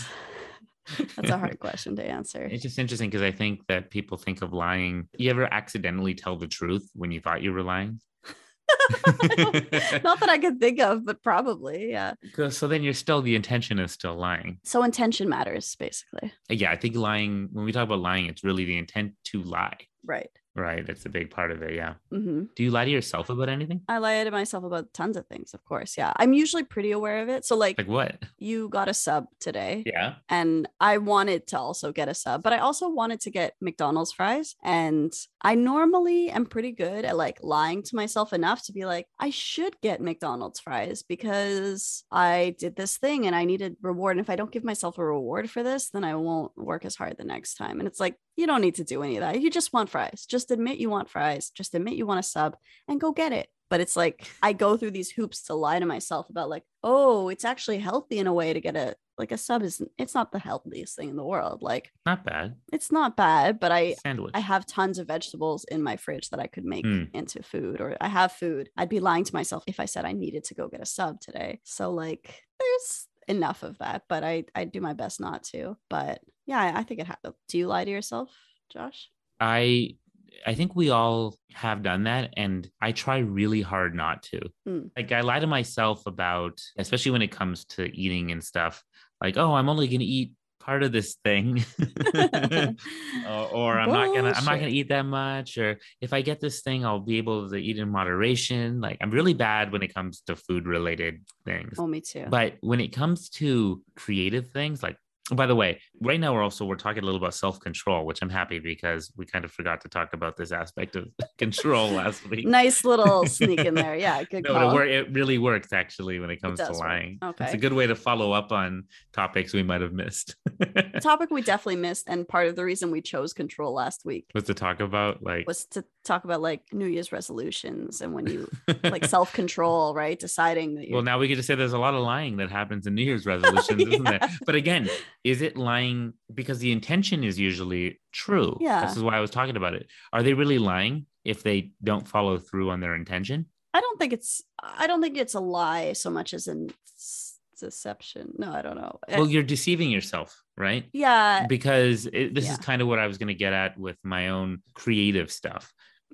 [SPEAKER 1] That's a hard question to answer.
[SPEAKER 2] It's just interesting because I think that people think of lying. You ever accidentally tell the truth when you thought you were
[SPEAKER 1] <laughs>
[SPEAKER 2] lying?
[SPEAKER 1] <laughs>
[SPEAKER 2] <laughs>
[SPEAKER 1] Not that I could think of, but probably, yeah.
[SPEAKER 2] 'Cause- so then you're still, the intention is still lying.
[SPEAKER 1] So intention matters, basically.
[SPEAKER 2] Yeah, I think lying, when we talk about lying, it's really the intent to lie,
[SPEAKER 1] Right.
[SPEAKER 2] Right. That's a big part of it. Yeah.
[SPEAKER 1] hmm
[SPEAKER 2] Do you lie to yourself about anything?
[SPEAKER 1] I lie to myself about tons of things, of course. Yeah. I'm usually pretty aware of it. So, like,
[SPEAKER 2] Like what?
[SPEAKER 1] you got a sub today.
[SPEAKER 2] Yeah.
[SPEAKER 1] and I wanted to also get a sub, but I also wanted to get McDonald's fries. And I normally am pretty good at like lying to myself enough to be like, I should get McDonald's fries because I did this thing and I needed reward. And if I don't give myself a reward for this, then I won't work as hard the next time. And it's like, you don't need to do any of that. You just want fries. Just admit you want fries. Just admit you want a sub and go get it. But it's like I go through these hoops to lie to myself about like, oh, it's actually healthy in a way to get a like a sub is it's not the healthiest thing in the world. Like
[SPEAKER 2] Not bad.
[SPEAKER 1] it's not bad, but I
[SPEAKER 2] Sandwich.
[SPEAKER 1] I have tons of vegetables in my fridge that I could make
[SPEAKER 2] Mm.
[SPEAKER 1] into food or I have food. I'd be lying to myself if I said I needed to go get a sub today. So like there's enough of that, but I I do my best not to. But yeah, I, I think it happened. Do you lie to yourself, Josh? <laughs>
[SPEAKER 2] I I think we all have done that and I try really hard not to.
[SPEAKER 1] Mm.
[SPEAKER 2] Like I lie to myself about especially when it comes to eating and stuff. Like, oh, I'm only going to eat part of this thing. <laughs> or, or I'm not gonna I'm not
[SPEAKER 1] Bullshit.
[SPEAKER 2] gonna eat that much. Or if I get this thing, I'll be able to eat in moderation. Like I'm really bad when it comes to food related things.
[SPEAKER 1] Oh, me too.
[SPEAKER 2] But when it comes to creative things, like by the way, right now we're also we're talking a little about self control, which I'm happy because we kind of forgot to talk about this aspect of <laughs> control
[SPEAKER 1] <laughs>
[SPEAKER 2] last week.
[SPEAKER 1] nice little sneak in there. Yeah, good
[SPEAKER 2] <laughs> No,
[SPEAKER 1] call.
[SPEAKER 2] it, wor- it really works actually when it comes to
[SPEAKER 1] does work.
[SPEAKER 2] lying. It's
[SPEAKER 1] Okay.
[SPEAKER 2] a good way to follow up on topics we might have missed. <laughs>
[SPEAKER 1] A topic we definitely missed, and part of the reason we chose control last week
[SPEAKER 2] Was to talk about like <laughs>
[SPEAKER 1] was to talk about like New Year's resolutions and when you like self control, <laughs> right? Deciding that you're
[SPEAKER 2] Well, now we get to say there's a lot of lying that happens in New
[SPEAKER 1] <laughs>
[SPEAKER 2] Year's resolutions, isn't there?
[SPEAKER 1] Yeah.
[SPEAKER 2] But again, is it lying because the intention is usually true?
[SPEAKER 1] Yeah.
[SPEAKER 2] This is why I was talking about it. Are they really lying if they don't follow through on their intention?
[SPEAKER 1] I don't think it's I don't think it's a lie so much as in s- deception. No, I don't know. Eh,
[SPEAKER 2] Well, Mm. you're deceiving yourself, right?
[SPEAKER 1] yeah,
[SPEAKER 2] Because it, this is
[SPEAKER 1] uh, yeah.
[SPEAKER 2] kind of what I was going to get at with my own creative stuff.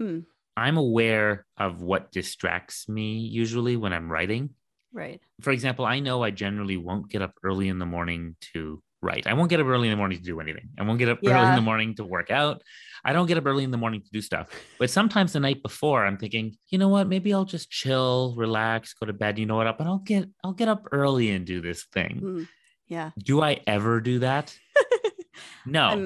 [SPEAKER 1] Mm.
[SPEAKER 2] I'm aware of what distracts me usually when I'm writing.
[SPEAKER 1] right.
[SPEAKER 2] for example, I know I generally won't get up early in the morning to write. I won't get up early in the morning to do anything. I won't get up early in
[SPEAKER 1] Yeah.
[SPEAKER 2] the morning to work out. I don't get up early in the morning to do stuff. But sometimes the night before, I'm thinking, you know what? Maybe I'll just chill, relax, go to bed. You know what? Up and I'll get I'll get up early and do this thing.
[SPEAKER 1] Mm. Yeah. <laughs>
[SPEAKER 2] Do I ever do that? No. I'm,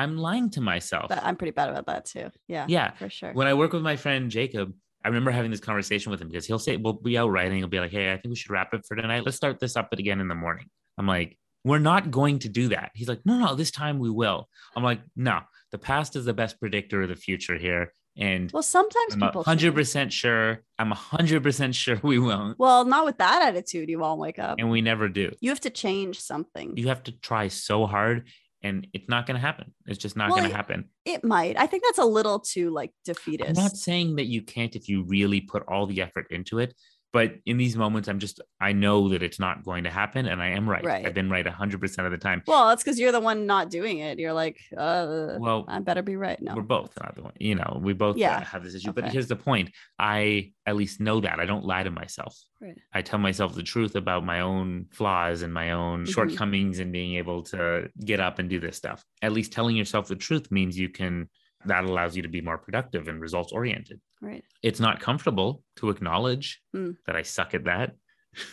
[SPEAKER 1] I'm yeah.
[SPEAKER 2] lying to myself.
[SPEAKER 1] But I'm pretty bad about that too. Yeah.
[SPEAKER 2] yeah.
[SPEAKER 1] For sure.
[SPEAKER 2] When I work with my friend Jacob, I remember having this conversation with him because he'll say, We'll be out writing. He'll be like, Hey, I think we should wrap it for tonight. Let's start this up again in the morning. I'm like, We're not going to do that. He's like, No, no, this time we will. I'm like, No, the past is the best predictor of the future here. And
[SPEAKER 1] well, sometimes
[SPEAKER 2] I'm
[SPEAKER 1] people
[SPEAKER 2] 100% sure. I'm 100% sure we won't.
[SPEAKER 1] Well, not with that attitude, you won't wake up.
[SPEAKER 2] And we never do.
[SPEAKER 1] You have to change something.
[SPEAKER 2] You have to try so hard and it's not going to happen. It's just not
[SPEAKER 1] Well,
[SPEAKER 2] going
[SPEAKER 1] it-
[SPEAKER 2] to happen.
[SPEAKER 1] It might. I think that's a little too like
[SPEAKER 2] I'm
[SPEAKER 1] defeatist.
[SPEAKER 2] not saying that you can't if you really put all the effort into it, but in these moments, I'm just I know that it's not going to happen, and I am right.
[SPEAKER 1] Right.
[SPEAKER 2] I've been right 100 percent of the time.
[SPEAKER 1] well, that's because you're the one not doing it. You're like, uh,
[SPEAKER 2] Well,
[SPEAKER 1] I better be right. No,
[SPEAKER 2] we're both not the one. You know, we both
[SPEAKER 1] Yeah.
[SPEAKER 2] uh, have this issue. But
[SPEAKER 1] Okay.
[SPEAKER 2] here's the point: I at least know that I don't lie to myself.
[SPEAKER 1] Right.
[SPEAKER 2] I tell myself the truth about my own flaws and my own
[SPEAKER 1] Mhm.
[SPEAKER 2] shortcomings and being able to get up and do this stuff. At least telling yourself the truth means you can. That allows you to be more productive and results oriented.
[SPEAKER 1] right.
[SPEAKER 2] it's not comfortable to acknowledge
[SPEAKER 1] Mm.
[SPEAKER 2] that I suck at that, <laughs>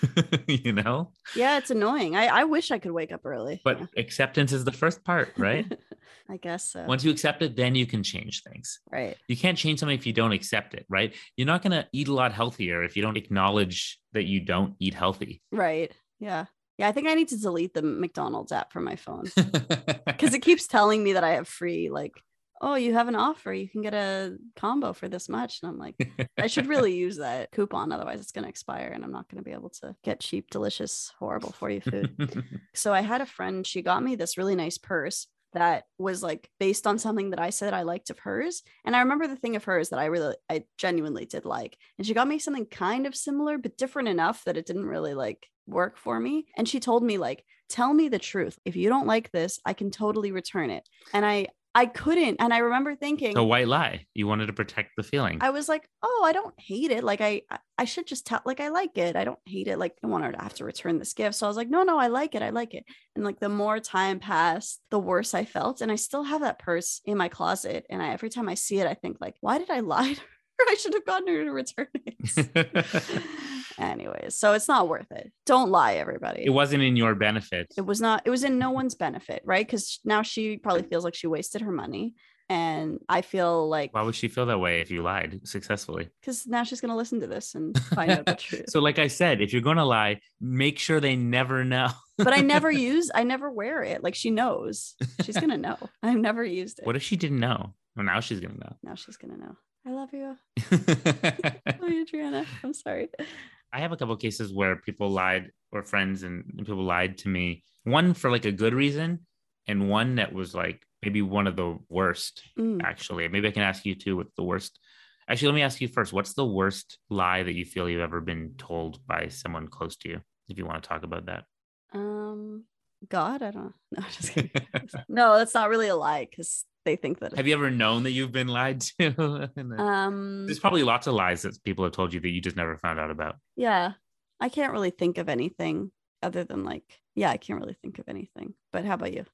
[SPEAKER 2] you know?
[SPEAKER 1] Yeah, it's annoying. I, I wish I could wake up early.
[SPEAKER 2] But
[SPEAKER 1] Yeah.
[SPEAKER 2] acceptance is the first part,
[SPEAKER 1] <laughs>
[SPEAKER 2] right?
[SPEAKER 1] I guess so.
[SPEAKER 2] Once you accept it, then you can change things.
[SPEAKER 1] right.
[SPEAKER 2] You can't change something if you don't accept it, right? You're not going to eat a lot healthier if you don't acknowledge that you don't eat healthy.
[SPEAKER 1] Right. Yeah. Yeah. I think I need to delete the McDonald's app from my
[SPEAKER 2] <laughs>
[SPEAKER 1] phone <laughs>
[SPEAKER 2] Because
[SPEAKER 1] because it keeps telling me that I have free, like, oh, you have an offer. You can get a combo for this much. And I'm
[SPEAKER 2] <laughs>
[SPEAKER 1] like, I should really use that coupon. Otherwise, it's going to expire and I'm not going to be able to get cheap, delicious, horrible for you food. So I had a friend, she got me this really nice purse that was like based on something that I said I liked of hers. And I remember the thing of hers that I really, I genuinely did like. And she got me something kind of similar, but different enough that it didn't really like work for me. And she told me, like, tell me the truth. If you don't like this, I can totally return it. And I, I couldn't. And I remember thinking,
[SPEAKER 2] So white lie. You wanted to protect the feeling. <laughs>
[SPEAKER 1] I was like, oh, I don't hate it. Like I I- I should just tell like I like it. I don't hate it. Like I want her to have to return this gift. So I was like, no, no, I like it. I like it. And like the more time passed, the worse I felt. And I still have that purse in my closet. And I every time I see it, I think like, why did I lie to her? <laughs> I should have gotten her to return
[SPEAKER 2] <laughs>
[SPEAKER 1] it. <laughs> Anyways, so it's not worth it. Don't lie, everybody.
[SPEAKER 2] it wasn't in your benefit.
[SPEAKER 1] it was not it was in no one's benefit right because now she probably feels like she wasted her money and i feel like
[SPEAKER 2] Why would she feel that way if you lied successfully?
[SPEAKER 1] because now she's going to listen to this
[SPEAKER 2] <laughs>
[SPEAKER 1] and find out the truth
[SPEAKER 2] So, like I said, if you're going to lie, make sure they never know.
[SPEAKER 1] but i
[SPEAKER 2] <laughs>
[SPEAKER 1] never use i never wear it like she knows she's going to know <laughs> i've never used it
[SPEAKER 2] What if she didn't know? Well, now she's going to
[SPEAKER 1] now she's going to know i love you <laughs>
[SPEAKER 2] know.
[SPEAKER 1] love you adriana i'm sorry
[SPEAKER 2] I have a couple cases where people lied or friends and and people lied to me. One for like a good reason, and one that was like maybe one of the worst,
[SPEAKER 1] Mm.
[SPEAKER 2] actually. Maybe I can ask you too what's the worst. Actually, let me ask you first what's the worst lie that you feel you've ever been told by someone close to you? If you want to talk about that,
[SPEAKER 1] um god i don't <laughs> no just
[SPEAKER 2] <laughs>
[SPEAKER 1] kidding no that's not really a lie because they think that
[SPEAKER 2] have you ever known that you've been lied to? <laughs> And then-
[SPEAKER 1] um
[SPEAKER 2] There's probably lots of lies that people have told you that you just never found out about.
[SPEAKER 1] Yeah. I can't really think of anything other than like, yeah, I can't really think of anything. But how about you?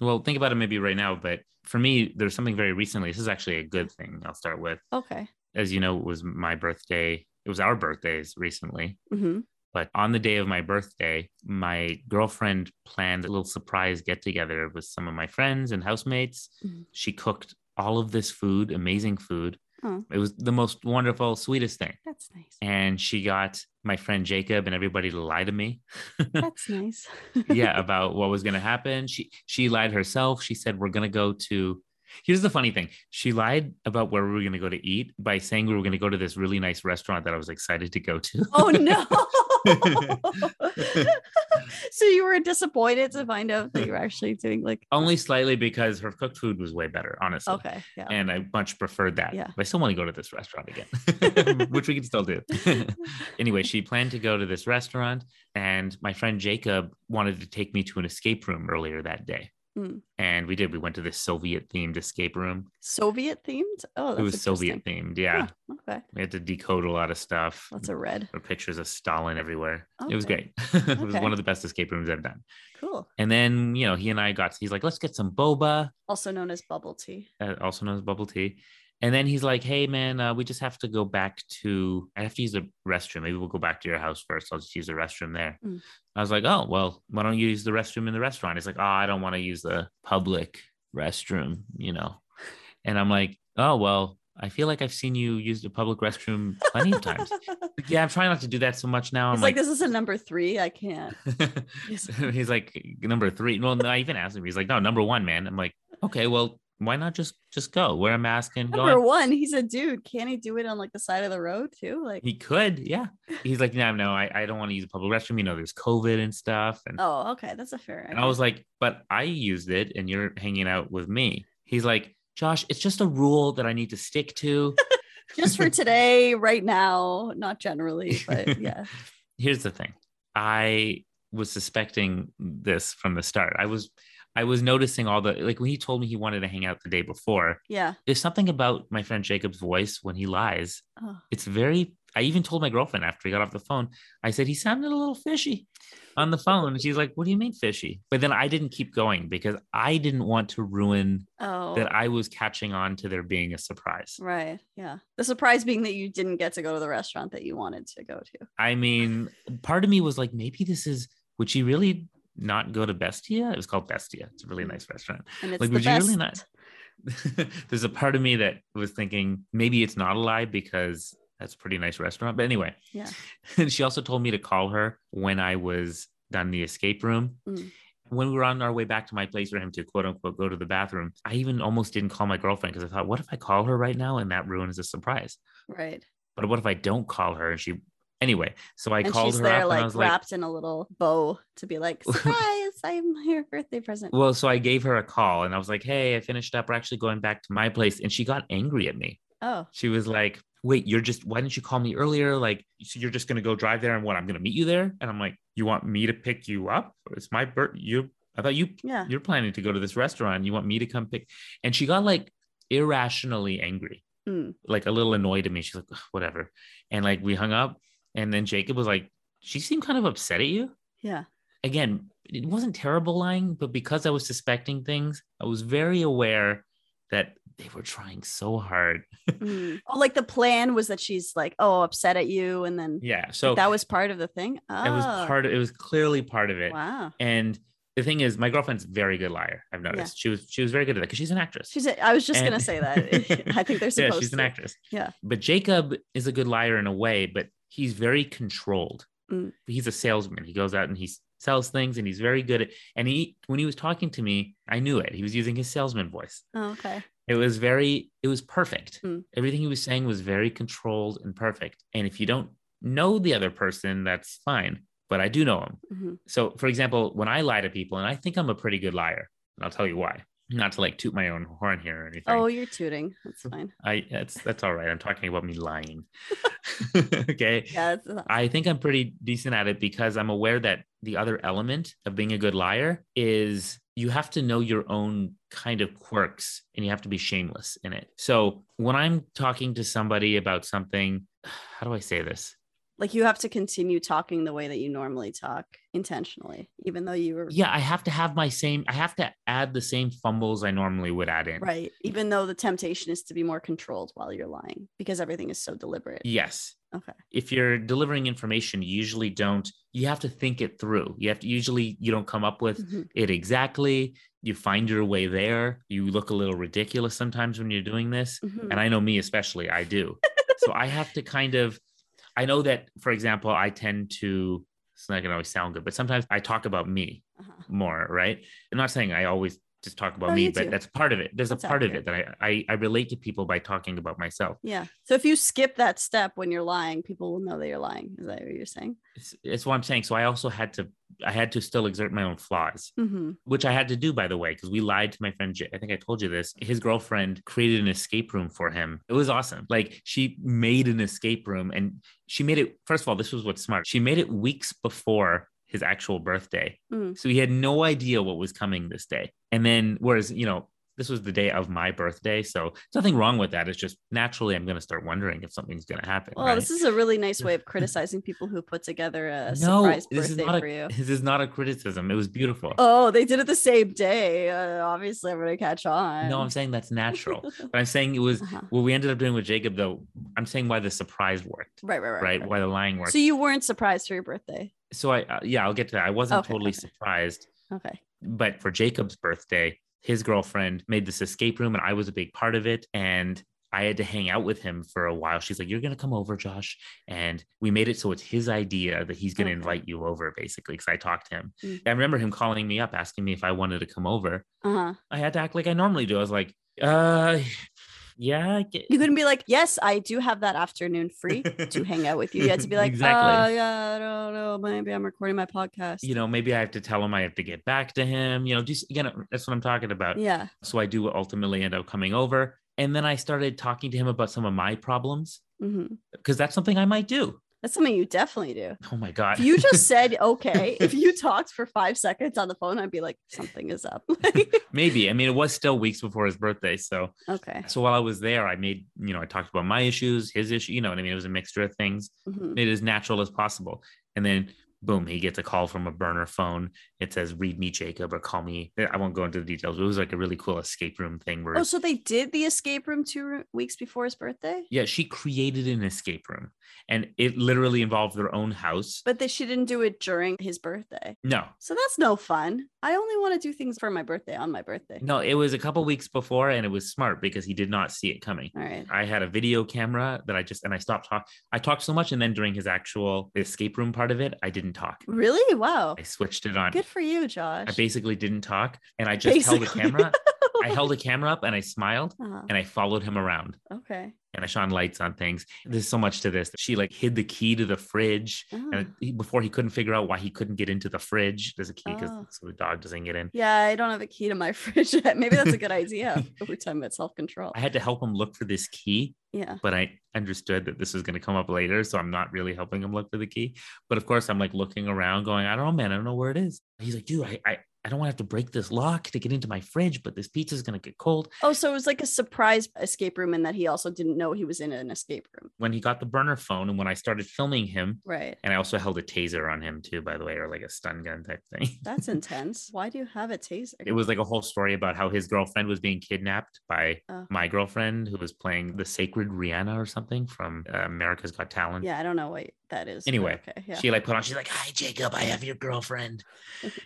[SPEAKER 2] Well, think about it maybe right now, but for me, there's something very recently. This is actually a good thing. I'll start with.
[SPEAKER 1] Okay.
[SPEAKER 2] as you know, it was my birthday. It was our birthdays recently.
[SPEAKER 1] hmm
[SPEAKER 2] But on the day of my birthday, my girlfriend planned a little surprise get together with some of my friends and housemates.
[SPEAKER 1] Mhm.
[SPEAKER 2] She cooked all of this food, amazing food.
[SPEAKER 1] Oh.
[SPEAKER 2] It was the most wonderful, sweetest thing.
[SPEAKER 1] That's
[SPEAKER 2] <laughs>
[SPEAKER 1] nice.
[SPEAKER 2] And she got my friend Jacob and everybody to lie to me.
[SPEAKER 1] That's nice.
[SPEAKER 2] yeah, about what was going to happen. She she lied herself. She said we're going to go to Here's the funny thing. She lied about where we were going to go to eat by saying we were going to go to this really nice restaurant that I was excited to go to.
[SPEAKER 1] Oh no. so you were disappointed to find out that you were actually doing
[SPEAKER 2] <laughs>
[SPEAKER 1] like
[SPEAKER 2] <laughs> Only slightly because her cooked food was way better, honestly.
[SPEAKER 1] okay. Yeah.
[SPEAKER 2] And I much preferred that.
[SPEAKER 1] Yeah.
[SPEAKER 2] But I still want to go to this
[SPEAKER 1] <laughs>
[SPEAKER 2] restaurant again, <laughs> which we can still do. anyway, she planned to go to this restaurant, and my friend Jacob wanted to take me to an escape room earlier that day.
[SPEAKER 1] Mm.
[SPEAKER 2] And we did. We went to this Soviet themed escape room.
[SPEAKER 1] Soviet themed? Oh, that's
[SPEAKER 2] it was Soviet
[SPEAKER 1] interesting.
[SPEAKER 2] themed. Yeah.
[SPEAKER 1] Huh, okay.
[SPEAKER 2] We had to decode a lot of stuff.
[SPEAKER 1] That's a red.
[SPEAKER 2] There were pictures of Stalin everywhere. It was
[SPEAKER 1] Okay.
[SPEAKER 2] great. <laughs> it was
[SPEAKER 1] Okay.
[SPEAKER 2] one of the best escape rooms I've done.
[SPEAKER 1] Cool.
[SPEAKER 2] And then, you know, he and I got, he's like, let's get some boba,
[SPEAKER 1] Also known as bubble tea.
[SPEAKER 2] uh, also known as bubble tea. And then he's like, hey, man, uh, we just have to go back to, I have to use the restroom. Maybe we'll go back to your house first. I'll just use the restroom there.
[SPEAKER 1] Mm.
[SPEAKER 2] I was like, oh, well, why don't you use the restroom in the restaurant? He's like, oh, I don't want to use the public restroom, you know. And I'm like, oh, well, I feel like I've seen you use the public restroom plenty
[SPEAKER 1] <laughs>
[SPEAKER 2] of times. Like, yeah, I'm trying not to do that so much now. I'm
[SPEAKER 1] He's like, this is a number three. I
[SPEAKER 2] <laughs>
[SPEAKER 1] can't. He's
[SPEAKER 2] this. he's like <laughs> number three. Well, no, I even asked him. He's like, no, number one, man. I'm like, okay, well, why not just just go wear a mask and go?
[SPEAKER 1] Number
[SPEAKER 2] on."
[SPEAKER 1] one, he's a dude. Can't he do it on like the side of the road too? Like,
[SPEAKER 2] He could, yeah. He's like, no, no, I, I don't want to use the public restroom. You know, there's COVID and stuff. And
[SPEAKER 1] oh, okay, that's a fair.
[SPEAKER 2] and I was like, but I used it, and you're hanging out with me. He's like, Josh, it's just a rule that I need to stick to.
[SPEAKER 1] <laughs> just
[SPEAKER 2] <laughs>
[SPEAKER 1] for today, right now, not generally, but yeah.
[SPEAKER 2] here's the thing i was suspecting this from the start i was i was noticing all the like when he told me he wanted to hang out the day before
[SPEAKER 1] Yeah.
[SPEAKER 2] there's something about my friend jacob's voice when he lies
[SPEAKER 1] Oh,
[SPEAKER 2] it's very i even told my girlfriend after he got off the phone i said he sounded a little fishy on the phone and she's like what do you mean fishy but then i didn't keep going because i didn't want to ruin
[SPEAKER 1] oh Mm.
[SPEAKER 2] that i was catching on to there being a surprise
[SPEAKER 1] right. Yeah. The surprise being that you didn't get to go to the restaurant that you wanted to go to.
[SPEAKER 2] I mean, part of me was like, maybe this is would she really not go to Bestia? It was called Bestia. It's a really nice restaurant.
[SPEAKER 1] And it's
[SPEAKER 2] Like,
[SPEAKER 1] the
[SPEAKER 2] would you
[SPEAKER 1] best.
[SPEAKER 2] really not? <laughs> There's a part of me that was thinking maybe it's not a lie because that's a pretty nice restaurant. But anyway,
[SPEAKER 1] Yeah.
[SPEAKER 2] And <laughs> she also told me to call her when I was done the escape room.
[SPEAKER 1] Mm.
[SPEAKER 2] When we were on our way back to my place for him to quote unquote go to the bathroom, I even almost didn't call my girlfriend because I thought, what if I call her right now and that ruins the surprise?
[SPEAKER 1] Right.
[SPEAKER 2] but what if I don't call her? And she, anyway, so I
[SPEAKER 1] and
[SPEAKER 2] called
[SPEAKER 1] she's
[SPEAKER 2] her
[SPEAKER 1] there
[SPEAKER 2] up
[SPEAKER 1] like
[SPEAKER 2] and I was
[SPEAKER 1] wrapped in a little bow to be
[SPEAKER 2] <laughs>
[SPEAKER 1] like, surprise, I'm your birthday present.
[SPEAKER 2] like, well, so I gave her a call and I was like, hey, I finished up. We're actually going back to my place. And she got angry at me.
[SPEAKER 1] Oh,
[SPEAKER 2] She was like, wait, you're just, why didn't you call me earlier? Like, so you're just going to go drive there and what? I'm going to meet you there. And I'm like, you want me to pick you up? It's my birth. You, I thought you <laughs>
[SPEAKER 1] Yeah.
[SPEAKER 2] you're planning to go to this restaurant. You want me to come pick? And she got like irrationally angry,
[SPEAKER 1] Mm.
[SPEAKER 2] like a little annoyed at me. She's like, "Ugh, whatever. And like we hung up. And then Jacob was like, she seemed kind of upset at you.
[SPEAKER 1] Yeah.
[SPEAKER 2] Again, it wasn't terrible lying, but because I was suspecting things, I was very aware that they were trying so hard.
[SPEAKER 1] Mm. Oh, like the plan was that she's like, oh, upset at you, and then
[SPEAKER 2] Yeah. So
[SPEAKER 1] that was part of the thing. Oh,
[SPEAKER 2] it was part of it was clearly part of it.
[SPEAKER 1] Wow.
[SPEAKER 2] And the thing is, my girlfriend's very good liar. I've noticed she was she was very good at that because she's an actress.
[SPEAKER 1] She's. A, I was just gonna
[SPEAKER 2] And-
[SPEAKER 1] say
[SPEAKER 2] <laughs>
[SPEAKER 1] that. <laughs> I think they're supposed
[SPEAKER 2] yeah, she's
[SPEAKER 1] to.
[SPEAKER 2] an actress.
[SPEAKER 1] Yeah.
[SPEAKER 2] But Jacob is a good liar in a way, but he's very controlled.
[SPEAKER 1] Mm.
[SPEAKER 2] He's a salesman. He goes out and he s- sells things and he's very good at and he when he was talking to me, I knew it. He was using his salesman voice.
[SPEAKER 1] Oh, okay.
[SPEAKER 2] It was very it was perfect.
[SPEAKER 1] Mm.
[SPEAKER 2] Everything he was saying was very controlled and perfect. And if you don't know the other person, that's fine, but I do know him.
[SPEAKER 1] Mhm.
[SPEAKER 2] So, for example, when I lie to people, and I think I'm a pretty good liar, and I'll tell you why. Not to like toot my own horn here or anything.
[SPEAKER 1] Oh, you're tooting. That's fine.
[SPEAKER 2] I that's that's all right. I'm talking about me lying. <laughs> okay.
[SPEAKER 1] Yeah. uh, That's,
[SPEAKER 2] I think I'm pretty decent at it because I'm aware that the other element of being a good liar is you have to know your own kind of quirks and you have to be shameless in it. So when I'm talking to somebody about something, <sighs> how do I say this?
[SPEAKER 1] like you have to continue talking the way that you normally talk intentionally, even though you were
[SPEAKER 2] Yeah, I have to have my same, I have to add the same fumbles I normally would add in.
[SPEAKER 1] right. Even though the temptation is to be more controlled while you're lying because everything is so deliberate.
[SPEAKER 2] Yes.
[SPEAKER 1] Okay.
[SPEAKER 2] If you're delivering information, you usually don't, you have to think it through. You have to usually, you don't come up with
[SPEAKER 1] Mhm.
[SPEAKER 2] it exactly. You find your way there. You look a little ridiculous sometimes when you're doing this.
[SPEAKER 1] Mhm.
[SPEAKER 2] And I know me, especially, I
[SPEAKER 1] <laughs>
[SPEAKER 2] do. so I have to kind of, I know that, for example, I tend to, it's not going to always sound good, but sometimes I talk about me
[SPEAKER 1] Uh-huh.
[SPEAKER 2] more, right? I'm not saying I always just talk about
[SPEAKER 1] No,
[SPEAKER 2] me,
[SPEAKER 1] Oh, you
[SPEAKER 2] but
[SPEAKER 1] do.
[SPEAKER 2] that's part of it. There's
[SPEAKER 1] That's
[SPEAKER 2] a part
[SPEAKER 1] accurate.
[SPEAKER 2] of it that I, I, I relate to people by talking about myself.
[SPEAKER 1] Yeah. So if you skip that step when you're lying, people will know that you're lying. Is that what you're saying?
[SPEAKER 2] It's, it's what I'm saying. So I also had to, I had to still exert my own flaws.
[SPEAKER 1] Mm-hmm.
[SPEAKER 2] which I had to do, by the way, because we lied to my friend. J- I think I told you this. His girlfriend created an escape room for him. It was awesome. Like she made an escape room and she made it. First of all, this was what's smart. She made it weeks before his actual birthday.
[SPEAKER 1] Mm.
[SPEAKER 2] So he had no idea what was coming this day. And then, whereas, you know, this was the day of my birthday. So there's nothing wrong with that. It's just naturally, I'm going to start wondering if something's going to happen.
[SPEAKER 1] Well,
[SPEAKER 2] right?
[SPEAKER 1] this is a really nice
[SPEAKER 2] <laughs>
[SPEAKER 1] way of criticizing people who put together a
[SPEAKER 2] no,
[SPEAKER 1] surprise
[SPEAKER 2] this is
[SPEAKER 1] birthday
[SPEAKER 2] not
[SPEAKER 1] for you.
[SPEAKER 2] <laughs> a, this is not a criticism. It was beautiful.
[SPEAKER 1] Oh, they did it the same day. Uh, obviously, I'm gonna catch on.
[SPEAKER 2] no, I'm saying
[SPEAKER 1] <laughs>
[SPEAKER 2] that's natural. but I'm saying it was
[SPEAKER 1] Uh-huh.
[SPEAKER 2] what we ended up doing with Jacob, though, I'm saying why the surprise worked,
[SPEAKER 1] Right, right, right.
[SPEAKER 2] right?
[SPEAKER 1] right.
[SPEAKER 2] Why the lying worked.
[SPEAKER 1] So
[SPEAKER 2] So,
[SPEAKER 1] you weren't surprised for your birthday.
[SPEAKER 2] I, uh, yeah, I'll get to that. I wasn't
[SPEAKER 1] Okay,
[SPEAKER 2] totally
[SPEAKER 1] okay.
[SPEAKER 2] surprised,
[SPEAKER 1] Okay.
[SPEAKER 2] but for Jacob's birthday, his girlfriend made this escape room and I was a big part of it. And I had to hang out with him for a while. She's like, You're going to come over, Josh. And we made it so it's his idea that he's going to
[SPEAKER 1] Okay.
[SPEAKER 2] invite you over, basically, because I talked to him.
[SPEAKER 1] Mm.
[SPEAKER 2] I remember him calling me up, asking me if I wanted to come over.
[SPEAKER 1] Uh huh.
[SPEAKER 2] I had to act like I normally do. I was like, uh, yeah, I get-
[SPEAKER 1] <laughs> You couldn't be like, yes, I do have that afternoon free to hang out with you. You had to
[SPEAKER 2] <laughs>
[SPEAKER 1] be like,
[SPEAKER 2] Exactly.
[SPEAKER 1] oh yeah, I don't know, maybe I'm recording my podcast.
[SPEAKER 2] you know, maybe I have to tell him I have to get back to him. You know, just again, uh, that's what I'm talking about.
[SPEAKER 1] yeah.
[SPEAKER 2] So I do ultimately end up coming over. And then I started talking to him about some of my problems
[SPEAKER 1] hmm
[SPEAKER 2] because that's something I might do.
[SPEAKER 1] That's something you definitely do.
[SPEAKER 2] Oh my God.
[SPEAKER 1] If you just said okay, if you talked for five seconds on the phone, I'd be like, something is up.
[SPEAKER 2] <laughs>
[SPEAKER 1] <laughs>
[SPEAKER 2] maybe. I mean, it was still weeks before his birthday. So,
[SPEAKER 1] okay.
[SPEAKER 2] so while I was there, I made, you know, I talked about my issues, his issue, you know what I mean? It was a mixture of things,
[SPEAKER 1] Mhm.
[SPEAKER 2] made it as natural as possible. And then, boom, he gets a call from a burner phone. It says, read me, Jacob, or call me. I won't go into the details, but it was like a really cool escape room thing where
[SPEAKER 1] Oh, so they did the escape room two r- weeks before his birthday,
[SPEAKER 2] Yeah, she created an escape room and it literally involved their own house.
[SPEAKER 1] but that she didn't do it during his birthday.
[SPEAKER 2] No,
[SPEAKER 1] So that's no fun. I only want to do things for my birthday on my birthday.
[SPEAKER 2] no, it was a couple weeks before and it was smart because he did not see it coming.
[SPEAKER 1] All right.
[SPEAKER 2] I had a video camera that I just and I stopped talk. I talked so much and then during his actual escape room part of it, I didn't talk.
[SPEAKER 1] Really? Wow.
[SPEAKER 2] I switched it on.
[SPEAKER 1] Good for you, Josh.
[SPEAKER 2] I basically didn't talk and I just held the
[SPEAKER 1] Basically. <laughs>
[SPEAKER 2] camera. I held the camera up and I smiled
[SPEAKER 1] Uh-huh.
[SPEAKER 2] and I followed him around.
[SPEAKER 1] Okay.
[SPEAKER 2] And I shone lights on things. There's so much to this. She like hid the key to the fridge.
[SPEAKER 1] Oh.
[SPEAKER 2] and he, before he couldn't figure out why he couldn't get into the fridge there's a key because
[SPEAKER 1] Oh.
[SPEAKER 2] so the dog doesn't get in
[SPEAKER 1] Yeah, I don't have a key to my <laughs> fridge yet. Maybe that's a good
[SPEAKER 2] <laughs>
[SPEAKER 1] idea. We're talking about self control.
[SPEAKER 2] i had to help him look for this key
[SPEAKER 1] Yeah.
[SPEAKER 2] but i understood that this was going to come up later so i'm not really helping him look for the key but of course i'm like looking around going i don't know man i don't know where it is he's like dude i i, I don't want to have to break this lock to get into my fridge, but this pizza's gonna get cold.
[SPEAKER 1] Oh, so it was like a surprise escape room, and that he also didn't know he was in an escape room.
[SPEAKER 2] When he got the burner phone and when I started filming him,
[SPEAKER 1] Right.
[SPEAKER 2] and I also held a taser on him too, by the way, or like a stun gun type thing. <laughs>
[SPEAKER 1] That's intense. Why do you have a taser?
[SPEAKER 2] it was like a whole story about how his girlfriend was being kidnapped by
[SPEAKER 1] Oh.
[SPEAKER 2] my girlfriend who was playing the sacred Rihanna or something from uh, America's Got Talent.
[SPEAKER 1] Yeah, I don't know what that is. but
[SPEAKER 2] Anyway,
[SPEAKER 1] okay, yeah.
[SPEAKER 2] She like put on, she's like, Hi, Jacob, I have
[SPEAKER 1] <laughs>
[SPEAKER 2] your girlfriend.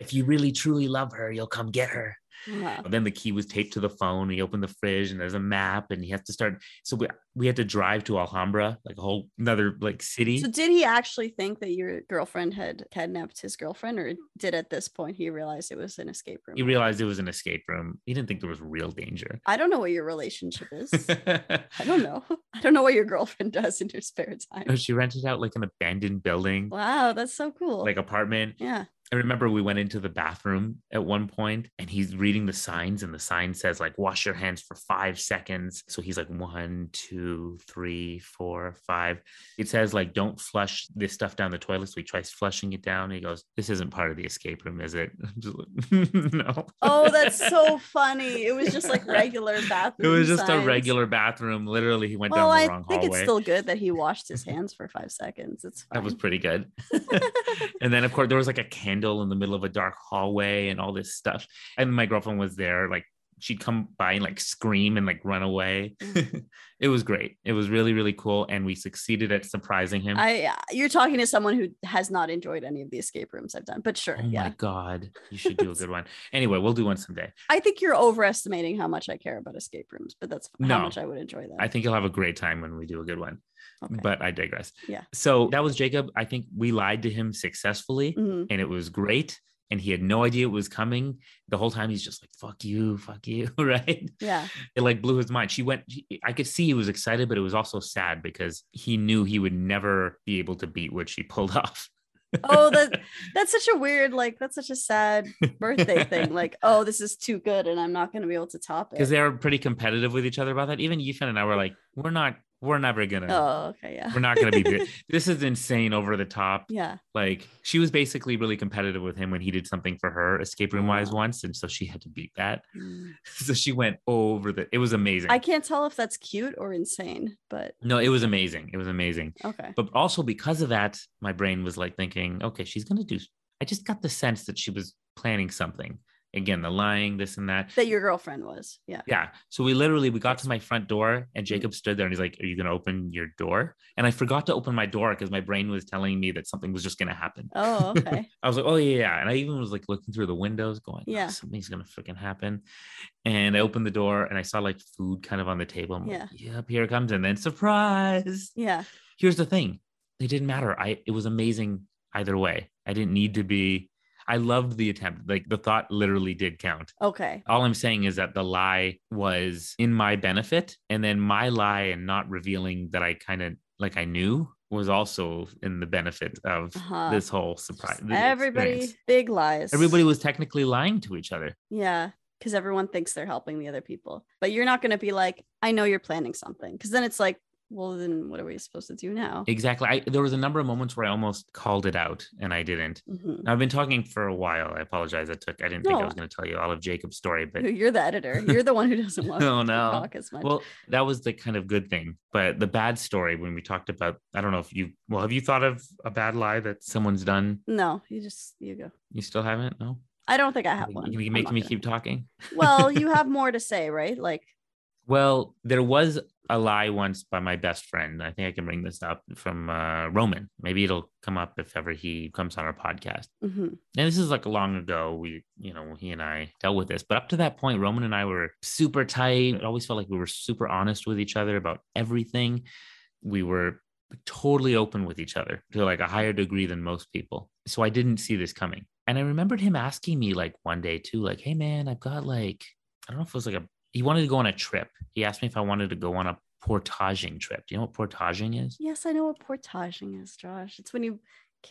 [SPEAKER 2] If you really truly love her, you'll come get her. <laughs>
[SPEAKER 1] Wow.
[SPEAKER 2] And then the key was taped to the phone. He opened the fridge and there's a map and he has to start. So we, we had to drive to Alhambra, like a whole another like city.
[SPEAKER 1] So did he actually think that your girlfriend had kidnapped his girlfriend, or did at this point he realize it was an escape room?
[SPEAKER 2] He realized it was an escape room. He didn't think there was real danger.
[SPEAKER 1] I don't know what your relationship
[SPEAKER 2] <laughs>
[SPEAKER 1] is. I
[SPEAKER 2] I <laughs>
[SPEAKER 1] don't know. <laughs> I don't know what your girlfriend does in her spare time.
[SPEAKER 2] She rented out like an abandoned building,
[SPEAKER 1] Wow, that's so cool.
[SPEAKER 2] <laughs> like apartment.
[SPEAKER 1] yeah.
[SPEAKER 2] I remember we went into the bathroom at one point and he's reading the signs, and the sign says, like, wash your hands for five seconds. So he's like, one, two, three, four, five. It says, like, don't flush this stuff down the toilet. So he tries flushing it down. he goes, this isn't part of the escape room, is it? <laughs> I'm just like, <laughs> no.
[SPEAKER 1] Oh, that's so <laughs> funny. It was just like regular
[SPEAKER 2] <laughs> It
[SPEAKER 1] bathroom.
[SPEAKER 2] was just a
[SPEAKER 1] signs.
[SPEAKER 2] regular bathroom. Literally, he went
[SPEAKER 1] Well,
[SPEAKER 2] down
[SPEAKER 1] I
[SPEAKER 2] the wrong
[SPEAKER 1] think it's
[SPEAKER 2] hallway.
[SPEAKER 1] still good
[SPEAKER 2] <laughs>
[SPEAKER 1] that he washed his hands for five seconds. It's fine.
[SPEAKER 2] that was
[SPEAKER 1] <laughs>
[SPEAKER 2] pretty good. <laughs> and then, of course, there was like a candle in the middle of a dark hallway and all this stuff. And my girlfriend was there, like, she'd come by and like scream and like run away.
[SPEAKER 1] Mm.
[SPEAKER 2] <laughs> it was great. It was really, really cool. And we succeeded at surprising him.
[SPEAKER 1] I uh, you're talking to someone who has not enjoyed any of the escape rooms I've done, but sure,
[SPEAKER 2] oh
[SPEAKER 1] yeah.
[SPEAKER 2] my God. You should do
[SPEAKER 1] <laughs>
[SPEAKER 2] a good one. Anyway, we'll do one someday.
[SPEAKER 1] I think you're overestimating how much I care about escape rooms, but that's how
[SPEAKER 2] No.
[SPEAKER 1] much I would enjoy them.
[SPEAKER 2] I think you'll have a great time when we do a good one,
[SPEAKER 1] Okay.
[SPEAKER 2] but I digress.
[SPEAKER 1] Yeah.
[SPEAKER 2] So that was Jacob. I think we lied to him successfully.
[SPEAKER 1] Mhm.
[SPEAKER 2] and it was great. And he had no idea it was coming. The whole time he's just like, fuck you, <laughs> fuck you, right? <laughs>
[SPEAKER 1] Yeah,
[SPEAKER 2] It like blew his mind. She went, she- I could see he was excited, but it was also sad because he knew he would never be able to beat what she <laughs> pulled off.
[SPEAKER 1] Oh, that- that's such a weird, like that's such a sad birthday thing.
[SPEAKER 2] <laughs>
[SPEAKER 1] Like, oh, this is too good, and I'm not going to be able to top
[SPEAKER 2] Because
[SPEAKER 1] it.
[SPEAKER 2] they were pretty competitive with each other about that. Even Yifan and I were like, we're not, we're never gonna,
[SPEAKER 1] Oh, okay, yeah,
[SPEAKER 2] we're not gonna
[SPEAKER 1] <laughs>
[SPEAKER 2] be good. This is insane over the top.
[SPEAKER 1] yeah.
[SPEAKER 2] Like she was basically really competitive with him when he did something for her escape room wise once. And so she had to beat that. <laughs>
[SPEAKER 1] Mm.
[SPEAKER 2] So she went over the, it was amazing.
[SPEAKER 1] I can't tell if that's cute or insane, but
[SPEAKER 2] No, it was amazing. It was amazing.
[SPEAKER 1] okay.
[SPEAKER 2] But also because of that, my brain was like thinking, okay, she's going to do. I just got the sense that she was planning something. Again, the lying, this and that.
[SPEAKER 1] That your girlfriend was, yeah.
[SPEAKER 2] Yeah. So we literally we got to my front door and Jacob stood there and he's like, "Are you going to open your door?" And I forgot to open my door because my brain was telling me that something was just going to happen.
[SPEAKER 1] Oh,
[SPEAKER 2] <laughs>
[SPEAKER 1] okay.
[SPEAKER 2] I was like, "Oh yeah, yeah." And I even was like looking through the windows going, "Oh,
[SPEAKER 1] Yeah.
[SPEAKER 2] something's going to freaking happen." And I opened the door and I saw like food kind of on the table. I'm like, "Yep, here it comes." And then surprise
[SPEAKER 1] Yeah,
[SPEAKER 2] here's the thing it didn't matter i it was amazing either way i didn't need to be i loved the attempt like the thought literally did count
[SPEAKER 1] okay.
[SPEAKER 2] all i'm saying is that the lie was in my benefit and then my lie and not revealing that i kind of like i knew was also in the benefit of
[SPEAKER 1] Uh-huh.
[SPEAKER 2] this whole surprise the
[SPEAKER 1] Everybody,
[SPEAKER 2] experience.
[SPEAKER 1] big lies.
[SPEAKER 2] everybody was technically lying to each other
[SPEAKER 1] Yeah, because everyone thinks they're helping the other people. But you're not going to be like, I know you're planning something. Because then it's like, well, then what are we supposed to do now?
[SPEAKER 2] exactly I, there was a number of moments where i almost called it out and i didn't
[SPEAKER 1] Mhm.
[SPEAKER 2] I've been talking for a while. I apologize. I took. I didn't think
[SPEAKER 1] No.
[SPEAKER 2] I was going to tell you all of Jacob's story, but
[SPEAKER 1] You're the editor. You're the one who doesn't want
[SPEAKER 2] <laughs> Oh,
[SPEAKER 1] to
[SPEAKER 2] no.
[SPEAKER 1] talk as much.
[SPEAKER 2] well, that was the kind of good thing. But the bad story when we talked about, I don't know if you. Well, have you thought of a bad lie that someone's done?
[SPEAKER 1] no, you just, you go.
[SPEAKER 2] You still haven't? No.
[SPEAKER 1] I don't think I have
[SPEAKER 2] You-
[SPEAKER 1] one.
[SPEAKER 2] You,
[SPEAKER 1] I'm
[SPEAKER 2] make
[SPEAKER 1] not
[SPEAKER 2] me
[SPEAKER 1] gonna-
[SPEAKER 2] keep talking.
[SPEAKER 1] well,
[SPEAKER 2] <laughs>
[SPEAKER 1] you have more to say, right? Like,
[SPEAKER 2] Well, there was a lie once by my best friend. I think I can bring this up from uh, Roman. Maybe it'll come up if ever he comes on our podcast.
[SPEAKER 1] mhm.
[SPEAKER 2] and this is like long ago we you know he and i dealt with this but up to that point roman and i were super tight it always felt like we were super honest with each other about everything we were totally open with each other to like a higher degree than most people so i didn't see this coming and i remembered him asking me like one day too like hey man i've got like i don't know if it was like a he wanted to go on a trip he asked me if i wanted to go on a portaging trip do you know what portaging is
[SPEAKER 1] yes, I know what portaging is, Josh. It's when you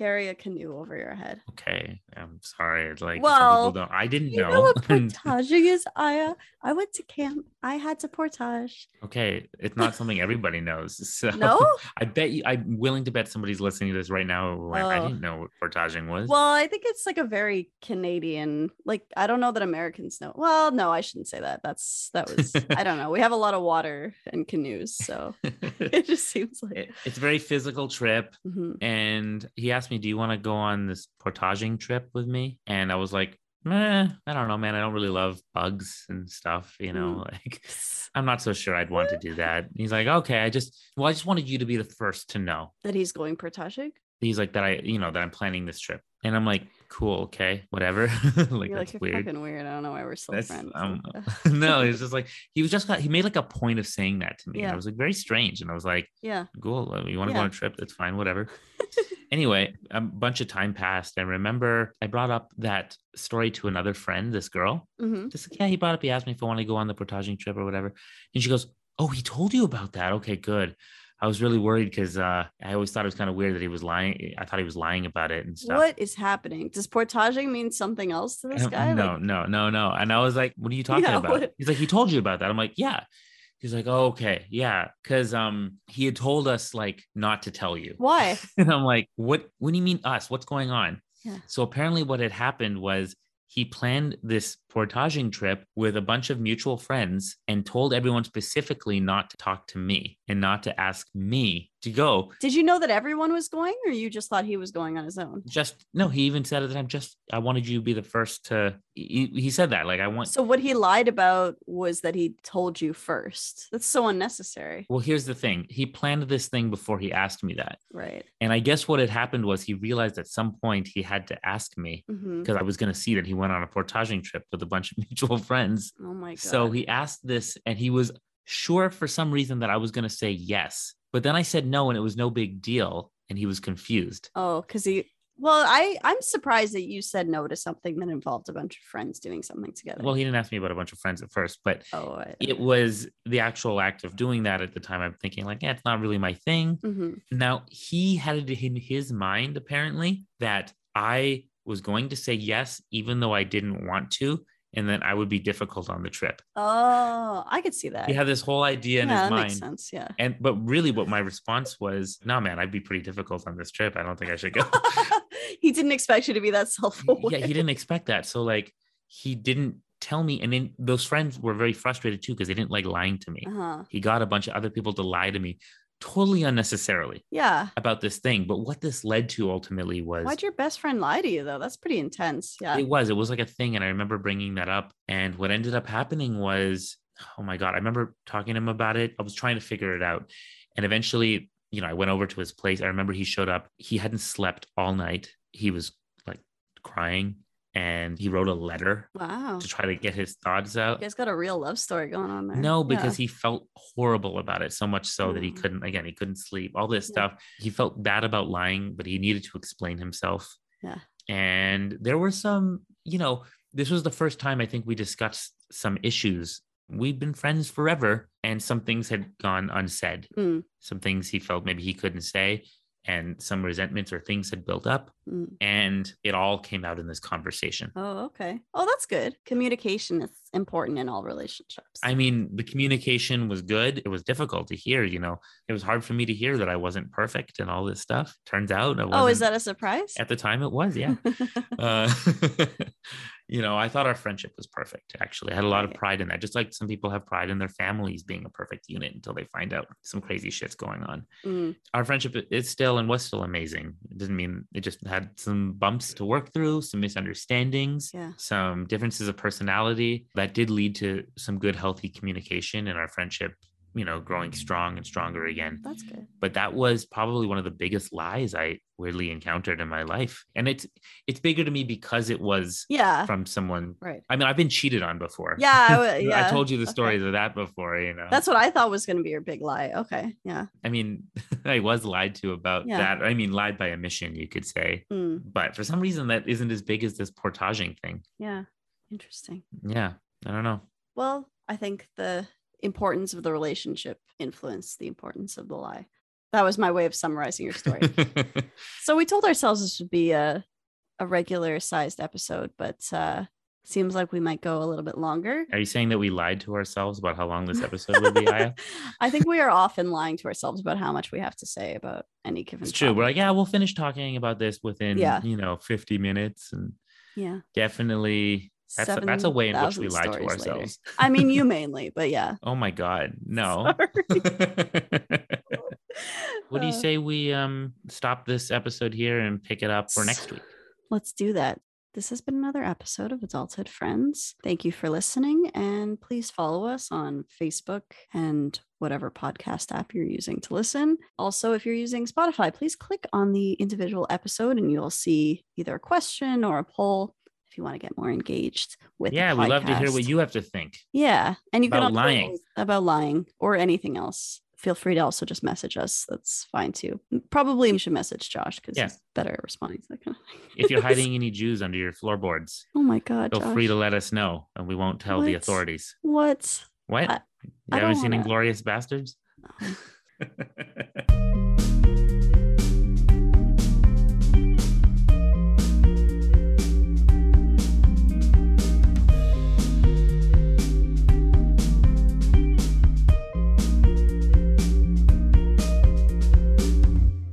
[SPEAKER 1] carry a canoe over your head.
[SPEAKER 2] Okay, I'm sorry. It's like
[SPEAKER 1] Well,
[SPEAKER 2] some people don't. I didn't
[SPEAKER 1] You
[SPEAKER 2] know.
[SPEAKER 1] know
[SPEAKER 2] <laughs>
[SPEAKER 1] what portage is, Aya? I went to camp. I had to
[SPEAKER 2] <laughs>
[SPEAKER 1] portage.
[SPEAKER 2] okay, it's not something everybody knows. <laughs> So
[SPEAKER 1] No?
[SPEAKER 2] I bet you. I'm willing to bet somebody's listening to this right now. who went, I
[SPEAKER 1] Oh.
[SPEAKER 2] didn't know what portaging was.
[SPEAKER 1] Well, I think it's like a very Canadian, like I don't know that Americans know. Well, no, I shouldn't say that. That's that was I don't know. We have a lot of water and canoes, so <laughs> it just seems like
[SPEAKER 2] <laughs> It- it's a very physical trip.
[SPEAKER 1] Mhm.
[SPEAKER 2] and he asked me, "Do you want to go on this portaging trip with me?" And I was like, "Meh, I don't know, man. I don't really love bugs and stuff. You know,
[SPEAKER 1] Mm.
[SPEAKER 2] like I'm not so sure I'd want to do that." He's like, "Okay, I just well, I just wanted you to be the first to know."
[SPEAKER 1] that he's going portaging.
[SPEAKER 2] He's like, "That I, you know, that I'm planning this trip," and I'm like, "Cool, okay, whatever." <laughs> like
[SPEAKER 1] You're
[SPEAKER 2] that's
[SPEAKER 1] like you're
[SPEAKER 2] weird.
[SPEAKER 1] fucking weird. I don't know why we're still
[SPEAKER 2] That's
[SPEAKER 1] friends. uh,
[SPEAKER 2] um,
[SPEAKER 1] Ugh. <laughs>
[SPEAKER 2] no, it's just like he was just got he made like a point of saying that to me. And
[SPEAKER 1] Yeah.
[SPEAKER 2] I was like very strange, and I was like,
[SPEAKER 1] yeah.
[SPEAKER 2] cool. uh, You want to go
[SPEAKER 1] Yeah.
[SPEAKER 2] on a trip? That's fine.
[SPEAKER 1] <laughs>
[SPEAKER 2] Whatever. anyway, a bunch of time passed. And remember, I brought up that story to another friend, this girl.
[SPEAKER 1] hmm
[SPEAKER 2] This yeah, he brought up, he asked me if I want to go on the portaging trip or whatever. And she goes, Oh, he told you about that. Okay, good. I was really worried because uh, I always thought it was kind of weird that he was lying. I thought he was lying about it and stuff.
[SPEAKER 1] What is happening? Does portaging mean something else to this
[SPEAKER 2] And-
[SPEAKER 1] guy?
[SPEAKER 2] No,
[SPEAKER 1] Like,
[SPEAKER 2] no, no, no. And I was like, what are you talking
[SPEAKER 1] <laughs> Yeah,
[SPEAKER 2] about?
[SPEAKER 1] what-
[SPEAKER 2] He's like, he told you about that. I'm like, yeah. He's like, oh, okay, yeah. Cause um he had told us like not to tell you.
[SPEAKER 1] why?
[SPEAKER 2] <laughs> And I'm like, what what do you mean us? What's going on?
[SPEAKER 1] Yeah.
[SPEAKER 2] So apparently what had happened was he planned this portaging trip with a bunch of mutual friends and told everyone specifically not to talk to me and not to ask me to go.
[SPEAKER 1] Did you know that everyone was going, or you just thought he was going on his own?
[SPEAKER 2] Just no, he even said at the time, just I wanted you to be the first to he, he said that. Like I want
[SPEAKER 1] So what he lied about was that he told you first. That's so unnecessary.
[SPEAKER 2] Well, here's the thing. He planned this thing before he asked me that.
[SPEAKER 1] Right.
[SPEAKER 2] And I guess what had happened was he realized at some point he had to ask me
[SPEAKER 1] hmm
[SPEAKER 2] because I was going to see that he went on a portaging trip with a bunch of <laughs> mutual friends.
[SPEAKER 1] Oh my god.
[SPEAKER 2] So he asked this and he was sure for some reason that I was going to say yes. But then I said no and it was no big deal. And he was confused.
[SPEAKER 1] Oh, because he. Well, I I'm surprised that you said no to something that involved a bunch of friends doing something together.
[SPEAKER 2] Well, he didn't ask me about a bunch of friends at first, but
[SPEAKER 1] oh, I,
[SPEAKER 2] it was the actual act of doing that at the time. I'm thinking, like, yeah, it's not really my thing.
[SPEAKER 1] Mhm.
[SPEAKER 2] Now he had it in his mind apparently that I was going to say yes, even though I didn't want to, and then I would be difficult on the trip.
[SPEAKER 1] Oh, I could see that.
[SPEAKER 2] He had this whole idea in
[SPEAKER 1] Yeah,
[SPEAKER 2] his
[SPEAKER 1] that
[SPEAKER 2] mind.
[SPEAKER 1] makes sense. Yeah. <laughs>
[SPEAKER 2] And but really, what my response was, no, man, I'd be pretty difficult on this trip. I don't think I
[SPEAKER 1] <laughs>
[SPEAKER 2] should go.
[SPEAKER 1] he didn't expect you to be that self-aware.
[SPEAKER 2] yeah, he didn't expect that. So like, he didn't tell me, and then those friends were very frustrated too because they didn't like lying to me.
[SPEAKER 1] Uh-huh.
[SPEAKER 2] He got a bunch of other people to lie to me, totally unnecessarily
[SPEAKER 1] Yeah.
[SPEAKER 2] about this thing. But what this led to ultimately was
[SPEAKER 1] Why'd your best friend lie to you though? That's pretty intense. Yeah.
[SPEAKER 2] It was. It was like a thing. And I remember bringing that up. And what ended up happening was, oh my God, I remember talking to him about it. I was trying to figure it out. And eventually, you know, I went over to his place. I remember he showed up. He hadn't slept all night. He was like crying and he wrote a letter
[SPEAKER 1] Wow.
[SPEAKER 2] to try to get his thoughts
[SPEAKER 1] You
[SPEAKER 2] out.
[SPEAKER 1] guys got a real love story going on there.
[SPEAKER 2] No, because he felt horrible about it so much so that he
[SPEAKER 1] Mm.
[SPEAKER 2] couldn't, again, he couldn't sleep, all this
[SPEAKER 1] Yeah.
[SPEAKER 2] stuff. He felt bad about lying, but he needed to explain himself.
[SPEAKER 1] Yeah.
[SPEAKER 2] And there were some, you know, this was the first time I think we discussed some issues. We've been friends forever, and some things had gone unsaid.
[SPEAKER 1] Yeah. Mm,
[SPEAKER 2] Some things he felt maybe he couldn't say, and some resentments or things had built up.
[SPEAKER 1] mm.
[SPEAKER 2] And it all came out in this conversation.
[SPEAKER 1] Oh, okay. Oh, that's good. Communication is important in all relationships.
[SPEAKER 2] I mean, the communication was good. It was difficult to hear, you know. It was hard for me to hear that I wasn't perfect and all this stuff. Turns out I wasn't.
[SPEAKER 1] oh, is that a surprise?
[SPEAKER 2] at the time it was,
[SPEAKER 1] <laughs>
[SPEAKER 2] yeah. uh, <laughs> you know, I thought our friendship was perfect actually. I had a lot of
[SPEAKER 1] Right.
[SPEAKER 2] pride in that. Just like some people have pride in their families being a perfect unit until they find out some crazy shit's going on.
[SPEAKER 1] Mm,
[SPEAKER 2] Our friendship i- is still and was still amazing. It didn't mean it just had some bumps to work through, some misunderstandings
[SPEAKER 1] yeah.
[SPEAKER 2] some differences of personality that did lead to some good healthy communication and our friendship you know growing
[SPEAKER 1] Mm.
[SPEAKER 2] strong and stronger again <laughs>
[SPEAKER 1] That's good.
[SPEAKER 2] but that was probably one of the biggest lies i weirdly encountered in my life and it's it's bigger to me because it was
[SPEAKER 1] Yeah.
[SPEAKER 2] from someone
[SPEAKER 1] Right.
[SPEAKER 2] i mean i've been cheated on before
[SPEAKER 1] Uh. Yeah. I, w-
[SPEAKER 2] <laughs> I
[SPEAKER 1] yeah.
[SPEAKER 2] told you the
[SPEAKER 1] okay.
[SPEAKER 2] stories of that before, you know.
[SPEAKER 1] That's what I thought was going to be your big lie. Okay. Yeah.
[SPEAKER 2] I mean, <laughs> I was lied to about
[SPEAKER 1] Yeah.
[SPEAKER 2] that. I mean, lied by omission, you could say.
[SPEAKER 1] Mm,
[SPEAKER 2] But for some reason, that isn't as big as this portaging thing.
[SPEAKER 1] yeah. Interesting.
[SPEAKER 2] Yeah, I don't know. <laughs>
[SPEAKER 1] Well, I think the importance of the relationship influenced the importance of the lie. That was my way of summarizing your story. so we told ourselves this would be a, a regular sized episode, but uh, seems like we might go a little bit longer.
[SPEAKER 2] Are you saying that we lied to ourselves about how long this episode would be?
[SPEAKER 1] <laughs>
[SPEAKER 2] Aya?
[SPEAKER 1] I think we are often lying to ourselves about how much we have to say about any given.
[SPEAKER 2] It's true. We're
[SPEAKER 1] topic.
[SPEAKER 2] like, yeah, we'll finish talking about this within,
[SPEAKER 1] Yeah.
[SPEAKER 2] you know, 50 minutes. And
[SPEAKER 1] yeah,
[SPEAKER 2] definitely that's, a, that's a way in which
[SPEAKER 1] 7,000
[SPEAKER 2] we lie to
[SPEAKER 1] stories later.
[SPEAKER 2] ourselves.
[SPEAKER 1] I mean,
[SPEAKER 2] <laughs>
[SPEAKER 1] you mainly, but yeah.
[SPEAKER 2] Oh my God.
[SPEAKER 1] <laughs>
[SPEAKER 2] No.
[SPEAKER 1] Sorry.
[SPEAKER 2] <laughs> what do you
[SPEAKER 1] Uh,
[SPEAKER 2] say we um stop this episode here and pick it up for next week?
[SPEAKER 1] Let's do that. This has been another episode of Adulthood Friends. Thank you for listening, and please follow us on Facebook and whatever podcast app you're using to listen. Also, if you're using Spotify, please click on the individual episode and you'll see either a question or a poll if you want to get more engaged with the
[SPEAKER 2] yeah, we love to hear what
[SPEAKER 1] podcast.
[SPEAKER 2] you have to think.
[SPEAKER 1] Yeah, and you
[SPEAKER 2] About
[SPEAKER 1] can also-
[SPEAKER 2] lying.
[SPEAKER 1] about lying or anything else. Feel free to also just message us. That's fine too. Probably you should message Josh because
[SPEAKER 2] Yeah.
[SPEAKER 1] he's better at responding to that kind of thing. <laughs>
[SPEAKER 2] If you're hiding any Jews under your floorboards,
[SPEAKER 1] oh my god,
[SPEAKER 2] feel free
[SPEAKER 1] Josh.
[SPEAKER 2] to let us know and we won't tell the
[SPEAKER 1] What?
[SPEAKER 2] authorities.
[SPEAKER 1] what?
[SPEAKER 2] What?
[SPEAKER 1] I-
[SPEAKER 2] you
[SPEAKER 1] I
[SPEAKER 2] haven't
[SPEAKER 1] don't
[SPEAKER 2] seen
[SPEAKER 1] wanna-
[SPEAKER 2] Inglorious Bastards?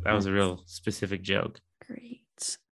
[SPEAKER 2] That was a real specific joke.
[SPEAKER 1] Great.